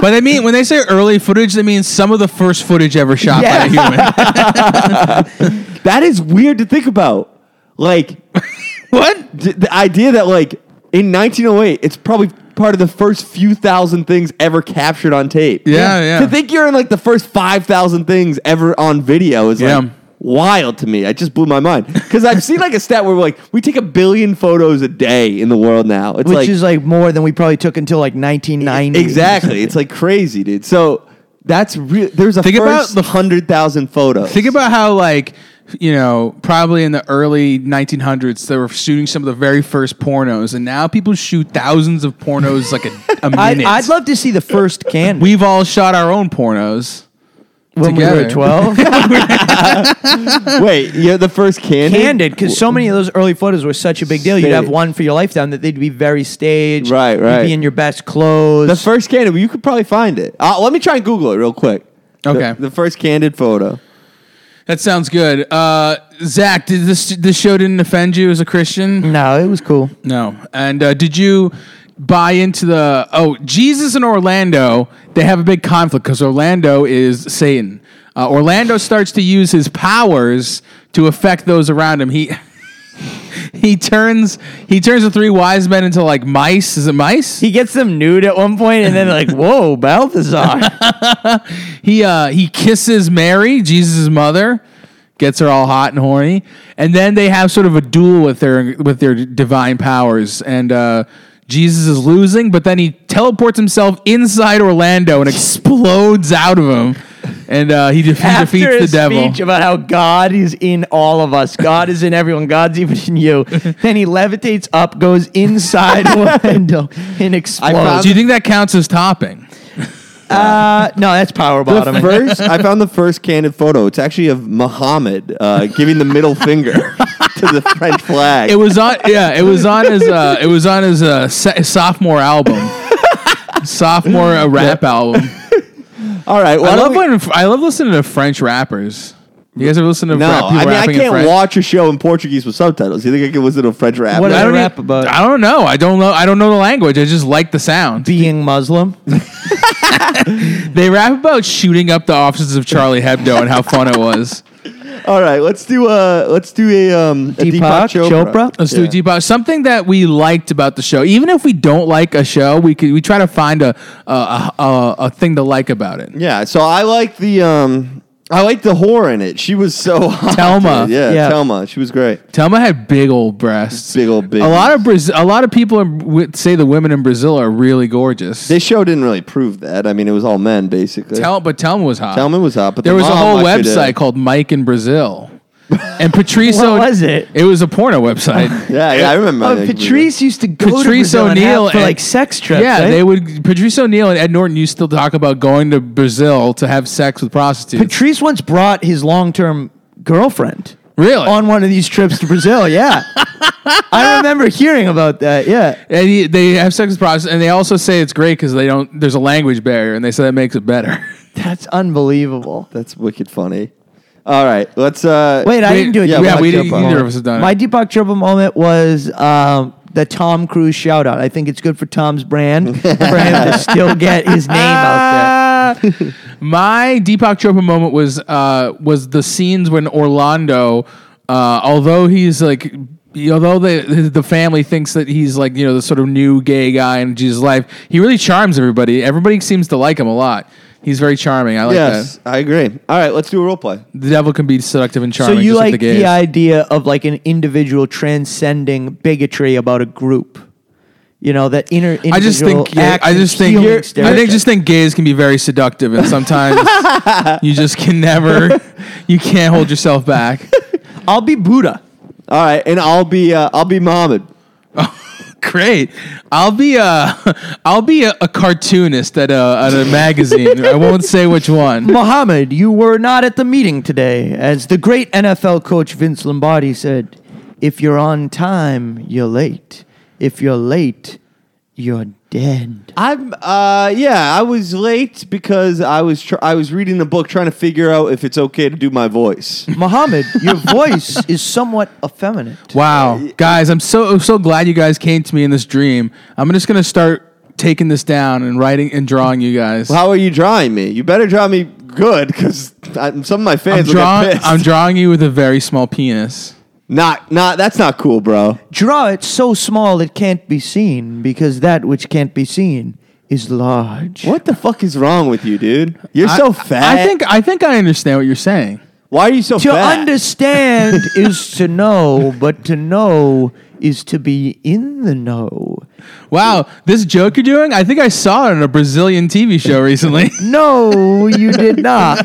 [SPEAKER 2] but I mean, when they say early footage, that means some of the first footage ever shot by a human.
[SPEAKER 3] That is weird to think about. Like
[SPEAKER 2] what?
[SPEAKER 3] d- the idea that like in 1908, it's probably part of the first few thousand things ever captured on tape.
[SPEAKER 2] Yeah, yeah.
[SPEAKER 3] To think you're in like the first 5,000 things ever on video is
[SPEAKER 2] Yeah.
[SPEAKER 3] like wild to me. It just blew my mind because I've seen like a stat where like we take a billion photos a day in the world now. It's
[SPEAKER 1] which
[SPEAKER 3] like e-,
[SPEAKER 1] is like more than we probably took until like 1990.
[SPEAKER 3] exactly. It's like crazy, dude. So. That's real. There's a
[SPEAKER 2] Think about
[SPEAKER 3] first
[SPEAKER 2] the-
[SPEAKER 3] hundred thousand photos.
[SPEAKER 2] Think about how like you know probably in the early 1900s they were shooting some of the very first pornos, and now people shoot thousands of pornos like a, a
[SPEAKER 1] I'd,
[SPEAKER 2] minute.
[SPEAKER 1] I'd love to see the first can
[SPEAKER 2] We've all shot our own pornos.
[SPEAKER 1] when we were
[SPEAKER 2] together.
[SPEAKER 1] 12.
[SPEAKER 3] Wait, you're the first candid.
[SPEAKER 1] candid because so many of those early photos were such a big deal. You'd
[SPEAKER 3] Staged.
[SPEAKER 1] have one for your lifetime that they'd be very staged.
[SPEAKER 3] Right,
[SPEAKER 1] You'd
[SPEAKER 3] right.
[SPEAKER 1] be in your best clothes.
[SPEAKER 3] The first candid, you could probably find it. Uh, let me try and Google it real quick. The-
[SPEAKER 2] Okay.
[SPEAKER 3] The, first candid photo.
[SPEAKER 2] That sounds good. Uh, Zach, did this this show didn't offend you as a Christian?
[SPEAKER 1] no, it was cool.
[SPEAKER 2] No. And uh, did you buy into the oh Jesus and Orlando? They have a big conflict because Orlando is Satan. Uh, Orlando starts to use his powers to affect those around him. He he turns he turns the three wise men into like mice. Is it mice?
[SPEAKER 1] He gets them nude at one point, and then they're like, "Whoa, Balthazar!"
[SPEAKER 2] He uh, he kisses Mary, Jesus' mother, gets her all hot and horny, and then they have sort of a duel with their with their divine powers, and uh, Jesus is losing, but then he teleports himself inside Orlando and explodes out of him, and uh, he, def- he
[SPEAKER 1] After
[SPEAKER 2] defeats the
[SPEAKER 1] his
[SPEAKER 2] devil.
[SPEAKER 1] speech about how God is in all of us, God is in everyone, God's even in you. then he levitates up, goes inside one window, and explodes.
[SPEAKER 3] found-
[SPEAKER 2] Do you think that counts as topping?
[SPEAKER 1] uh, no, that's power
[SPEAKER 3] The
[SPEAKER 1] bottom.
[SPEAKER 3] first, I found the first candid photo. It's actually of Muhammad uh, giving the middle finger to the French flag.
[SPEAKER 2] It was on. Yeah, it was on his. Uh, it was on his uh, se- sophomore album. sophomore uh, rap album.
[SPEAKER 3] All right. Well,
[SPEAKER 2] I love when I love listening to French rappers. You guys ever listen to
[SPEAKER 3] No,
[SPEAKER 2] fra- people
[SPEAKER 3] I mean I
[SPEAKER 2] rapping in
[SPEAKER 3] can't
[SPEAKER 2] French?
[SPEAKER 3] watch a show in Portuguese with subtitles. You think I can listen to French rap?
[SPEAKER 1] What do
[SPEAKER 3] now?
[SPEAKER 2] I
[SPEAKER 1] they
[SPEAKER 2] don't
[SPEAKER 1] rap
[SPEAKER 2] e-
[SPEAKER 1] about?
[SPEAKER 2] I don't know. I don't know. I don't know the language. I just like the sound.
[SPEAKER 1] being Muslim.
[SPEAKER 2] They rap about shooting up the offices of Charlie Hebdo and how fun it was.
[SPEAKER 3] All right. Let's do a let's do a um a
[SPEAKER 1] Deepak Chopra?
[SPEAKER 2] Let's
[SPEAKER 3] Yeah.
[SPEAKER 2] do Depop. Something that we liked about the show, even if we don't like a show, we could we try to find a a, a, a, a thing to like about it.
[SPEAKER 3] Yeah, so I like the um I liked the whore in it. She was so hot.
[SPEAKER 2] Thelma.
[SPEAKER 3] Yeah,
[SPEAKER 1] Yeah.
[SPEAKER 3] Thelma. She was great.
[SPEAKER 2] Thelma had big old breasts.
[SPEAKER 3] Big old big.
[SPEAKER 2] A lot of Braz- a lot of people in, would say the women in Brazil are really gorgeous.
[SPEAKER 3] This show didn't really prove that. I mean, it was all men basically.
[SPEAKER 2] Tel- but Thelma was hot.
[SPEAKER 3] Thelma was hot, but
[SPEAKER 2] there
[SPEAKER 3] the
[SPEAKER 2] was a
[SPEAKER 3] mom
[SPEAKER 2] whole
[SPEAKER 3] I could, uh,
[SPEAKER 2] website called Mike in Brazil, and Patrice.
[SPEAKER 1] What
[SPEAKER 2] O-
[SPEAKER 1] was it?
[SPEAKER 2] It was a porno website.
[SPEAKER 3] Yeah, yeah, I remember.
[SPEAKER 1] Oh,
[SPEAKER 3] that.
[SPEAKER 1] Patrice used to go to
[SPEAKER 2] Patrice
[SPEAKER 1] Brazil and have
[SPEAKER 2] O'Neal
[SPEAKER 1] for
[SPEAKER 2] and-
[SPEAKER 1] like sex trips.
[SPEAKER 2] yeah,
[SPEAKER 1] right?
[SPEAKER 2] they would. Patrice O'Neill and Ed Norton used to talk about going to Brazil to have sex with prostitutes.
[SPEAKER 1] Patrice once brought his long-term girlfriend
[SPEAKER 2] really?
[SPEAKER 1] on one of these trips to Brazil. Yeah, I remember hearing about that. Yeah,
[SPEAKER 2] and he, they have sex with prostitutes, and they also say it's great because they don't. There's a language barrier, and they say that makes it better.
[SPEAKER 1] that's unbelievable.
[SPEAKER 3] That's wicked funny. All right, let's. uh
[SPEAKER 1] Wait, I
[SPEAKER 2] We-
[SPEAKER 1] didn't do it.
[SPEAKER 3] yeah,
[SPEAKER 2] yeah,
[SPEAKER 3] Deepak
[SPEAKER 2] we didn't.
[SPEAKER 3] Chopra.
[SPEAKER 2] Neither of us have done
[SPEAKER 1] My
[SPEAKER 2] it.
[SPEAKER 1] Deepak Chopra moment was um, the Tom Cruise shout out. I think it's good for Tom's brand for him to still get his name out
[SPEAKER 2] My Deepak Chopra moment was uh, was the scenes when Orlando, uh, although he's like, although the the family thinks that he's like you know the sort of new gay guy in Jesus' life, he really charms everybody. Everybody seems to like him a lot. He's very charming. I like
[SPEAKER 3] yes, I agree. All right, let's do a role play.
[SPEAKER 2] that. The devil can be seductive and
[SPEAKER 1] there. So
[SPEAKER 2] charming.
[SPEAKER 1] you
[SPEAKER 2] just
[SPEAKER 1] like
[SPEAKER 2] the,
[SPEAKER 1] the,
[SPEAKER 2] gays.
[SPEAKER 1] idea of like an individual transcending bigotry about a group. You know that inner. Individual
[SPEAKER 2] I just think yeah,
[SPEAKER 1] act
[SPEAKER 2] I
[SPEAKER 1] of
[SPEAKER 2] just think
[SPEAKER 1] healing
[SPEAKER 2] I think
[SPEAKER 1] stereotype.
[SPEAKER 2] just think gays can be very seductive and sometimes you just can never you can't hold yourself back.
[SPEAKER 1] I'll be Buddha.
[SPEAKER 3] All right, and I'll be uh, I'll be Mohammed.
[SPEAKER 2] Great. I'll be a I'll be a, a cartoonist at a at a magazine. I won't say which one.
[SPEAKER 1] Mohammed, you were not at the meeting today. As the great NFL coach Vince Lombardi said, if you're on time, you're late. If you're late, you're dead.
[SPEAKER 3] I'm uh yeah, I was late because I was tr- I was reading the book trying to figure out if it's okay to do my voice.
[SPEAKER 1] Mohammed, your voice is somewhat effeminate.
[SPEAKER 2] Wow, guys, I'm so so glad you guys came to me in this dream. I'm just gonna start taking this down and writing and drawing you guys.
[SPEAKER 3] How are you drawing me? You better draw me good because some of my
[SPEAKER 2] I'm
[SPEAKER 3] fans will get
[SPEAKER 2] drawing
[SPEAKER 3] pissed.
[SPEAKER 2] I'm drawing you with a very small penis.
[SPEAKER 3] not not that's not cool, bro.
[SPEAKER 1] Draw it so small it can't be seen, because that which can't be seen is large.
[SPEAKER 3] What the fuck is wrong with you, dude? You're so fat.
[SPEAKER 2] I think I think I understand what you're saying.
[SPEAKER 3] Why are you so
[SPEAKER 1] To
[SPEAKER 3] fat?
[SPEAKER 1] understand is to know, but to know is to be in the know.
[SPEAKER 2] Wow, this joke you're doing, I think I saw it on a Brazilian TV show recently.
[SPEAKER 1] No, you did not.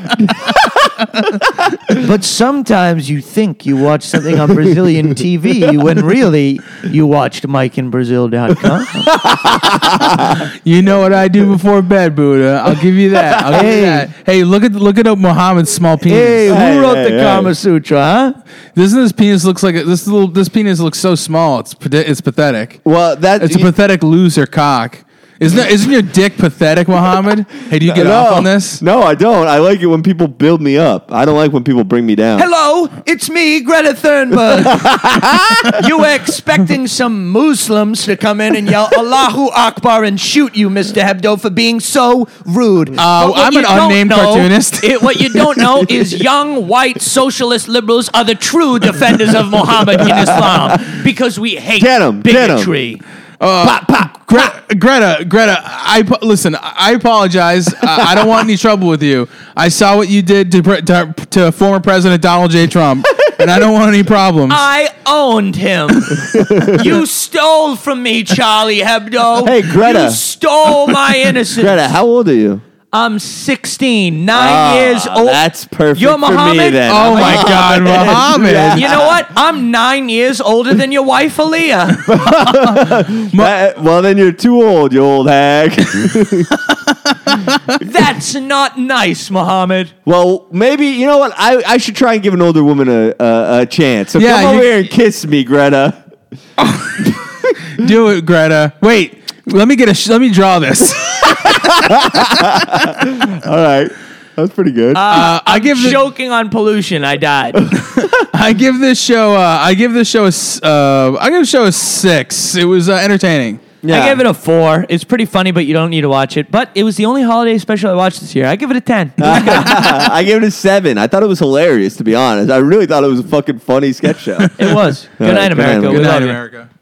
[SPEAKER 1] but sometimes you think you watch something on Brazilian TV when really you watched MikeInBrazil.com.
[SPEAKER 2] You know what I do before bed, Buddha. I'll give you that. I'll give
[SPEAKER 1] Hey.
[SPEAKER 2] you that. Hey, look at look at up Muhammad's small penis.
[SPEAKER 1] hey,
[SPEAKER 3] Hey,
[SPEAKER 1] who wrote the
[SPEAKER 3] hey, hey.
[SPEAKER 1] Kama Sutra, huh?
[SPEAKER 2] This this penis looks like a, this little this penis looks so small. It's pat- it's pathetic.
[SPEAKER 3] well, that
[SPEAKER 2] It's a pathetic loser cock. Isn't that, isn't your dick pathetic, Muhammad? Hey, do you get off on this?
[SPEAKER 3] No, I don't. I like it when people build me up. I don't like when people bring me down.
[SPEAKER 1] Hello, it's me, Greta Thunberg. you were expecting some Muslims to come in and yell Allahu Akbar and shoot you, Mr. Hebdo, for being so rude.
[SPEAKER 3] Uh,
[SPEAKER 1] But what
[SPEAKER 2] I'm
[SPEAKER 1] you
[SPEAKER 2] an
[SPEAKER 1] don't
[SPEAKER 2] unnamed
[SPEAKER 1] know-
[SPEAKER 2] cartoonist.
[SPEAKER 1] it- what you don't know is young white socialist liberals are the true defenders of Muhammad in Islam because we hate
[SPEAKER 3] Get 'em, get 'em.
[SPEAKER 1] bigotry.
[SPEAKER 2] pop, pop, Uh, Gre- Greta, Greta, I po- listen. I apologize. I, I don't want any trouble with you. I saw what you did to, pre- to to former President Donald J. Trump, and I don't want any problems.
[SPEAKER 1] I owned him. you stole from me, Charlie Hebdo.
[SPEAKER 3] Hey, Greta.
[SPEAKER 1] You stole my innocence.
[SPEAKER 3] Greta, how old are you?
[SPEAKER 1] I'm 16, nine
[SPEAKER 3] Ah,
[SPEAKER 1] years old.
[SPEAKER 3] That's perfect
[SPEAKER 1] You're
[SPEAKER 3] for me
[SPEAKER 1] Muhammad?
[SPEAKER 3] then.
[SPEAKER 2] oh my God, Muhammad!
[SPEAKER 1] you know what? I'm nine years older than your wife, Aaliyah.
[SPEAKER 3] That- well, then you're too old, you old hag.
[SPEAKER 1] That's not nice, Muhammad.
[SPEAKER 3] well, maybe you know what? I, I should try and give an older woman a a, a chance. So
[SPEAKER 2] Yeah,
[SPEAKER 3] come over
[SPEAKER 2] you-
[SPEAKER 3] here and kiss me, Greta.
[SPEAKER 2] Do it, Greta. Wait, let me get a. Sh- let me draw this.
[SPEAKER 3] All right, that's pretty good.
[SPEAKER 2] Uh, I give the,
[SPEAKER 1] Joking on pollution, I died.
[SPEAKER 2] I give this show. Uh, I give this show a. s- Uh, I give the show a six. It was uh, entertaining.
[SPEAKER 1] I gave it a four. It's pretty funny, but you don't need to watch it. But it was the only holiday special I watched this year. I give it a 10.
[SPEAKER 3] I gave it a seven. I thought it was hilarious, to be honest. I really thought it was a fucking funny sketch show.
[SPEAKER 1] it was. Good night,
[SPEAKER 3] right, good
[SPEAKER 1] America.
[SPEAKER 3] night, America.
[SPEAKER 1] We
[SPEAKER 2] Good
[SPEAKER 1] love
[SPEAKER 2] night,
[SPEAKER 1] you.
[SPEAKER 2] America.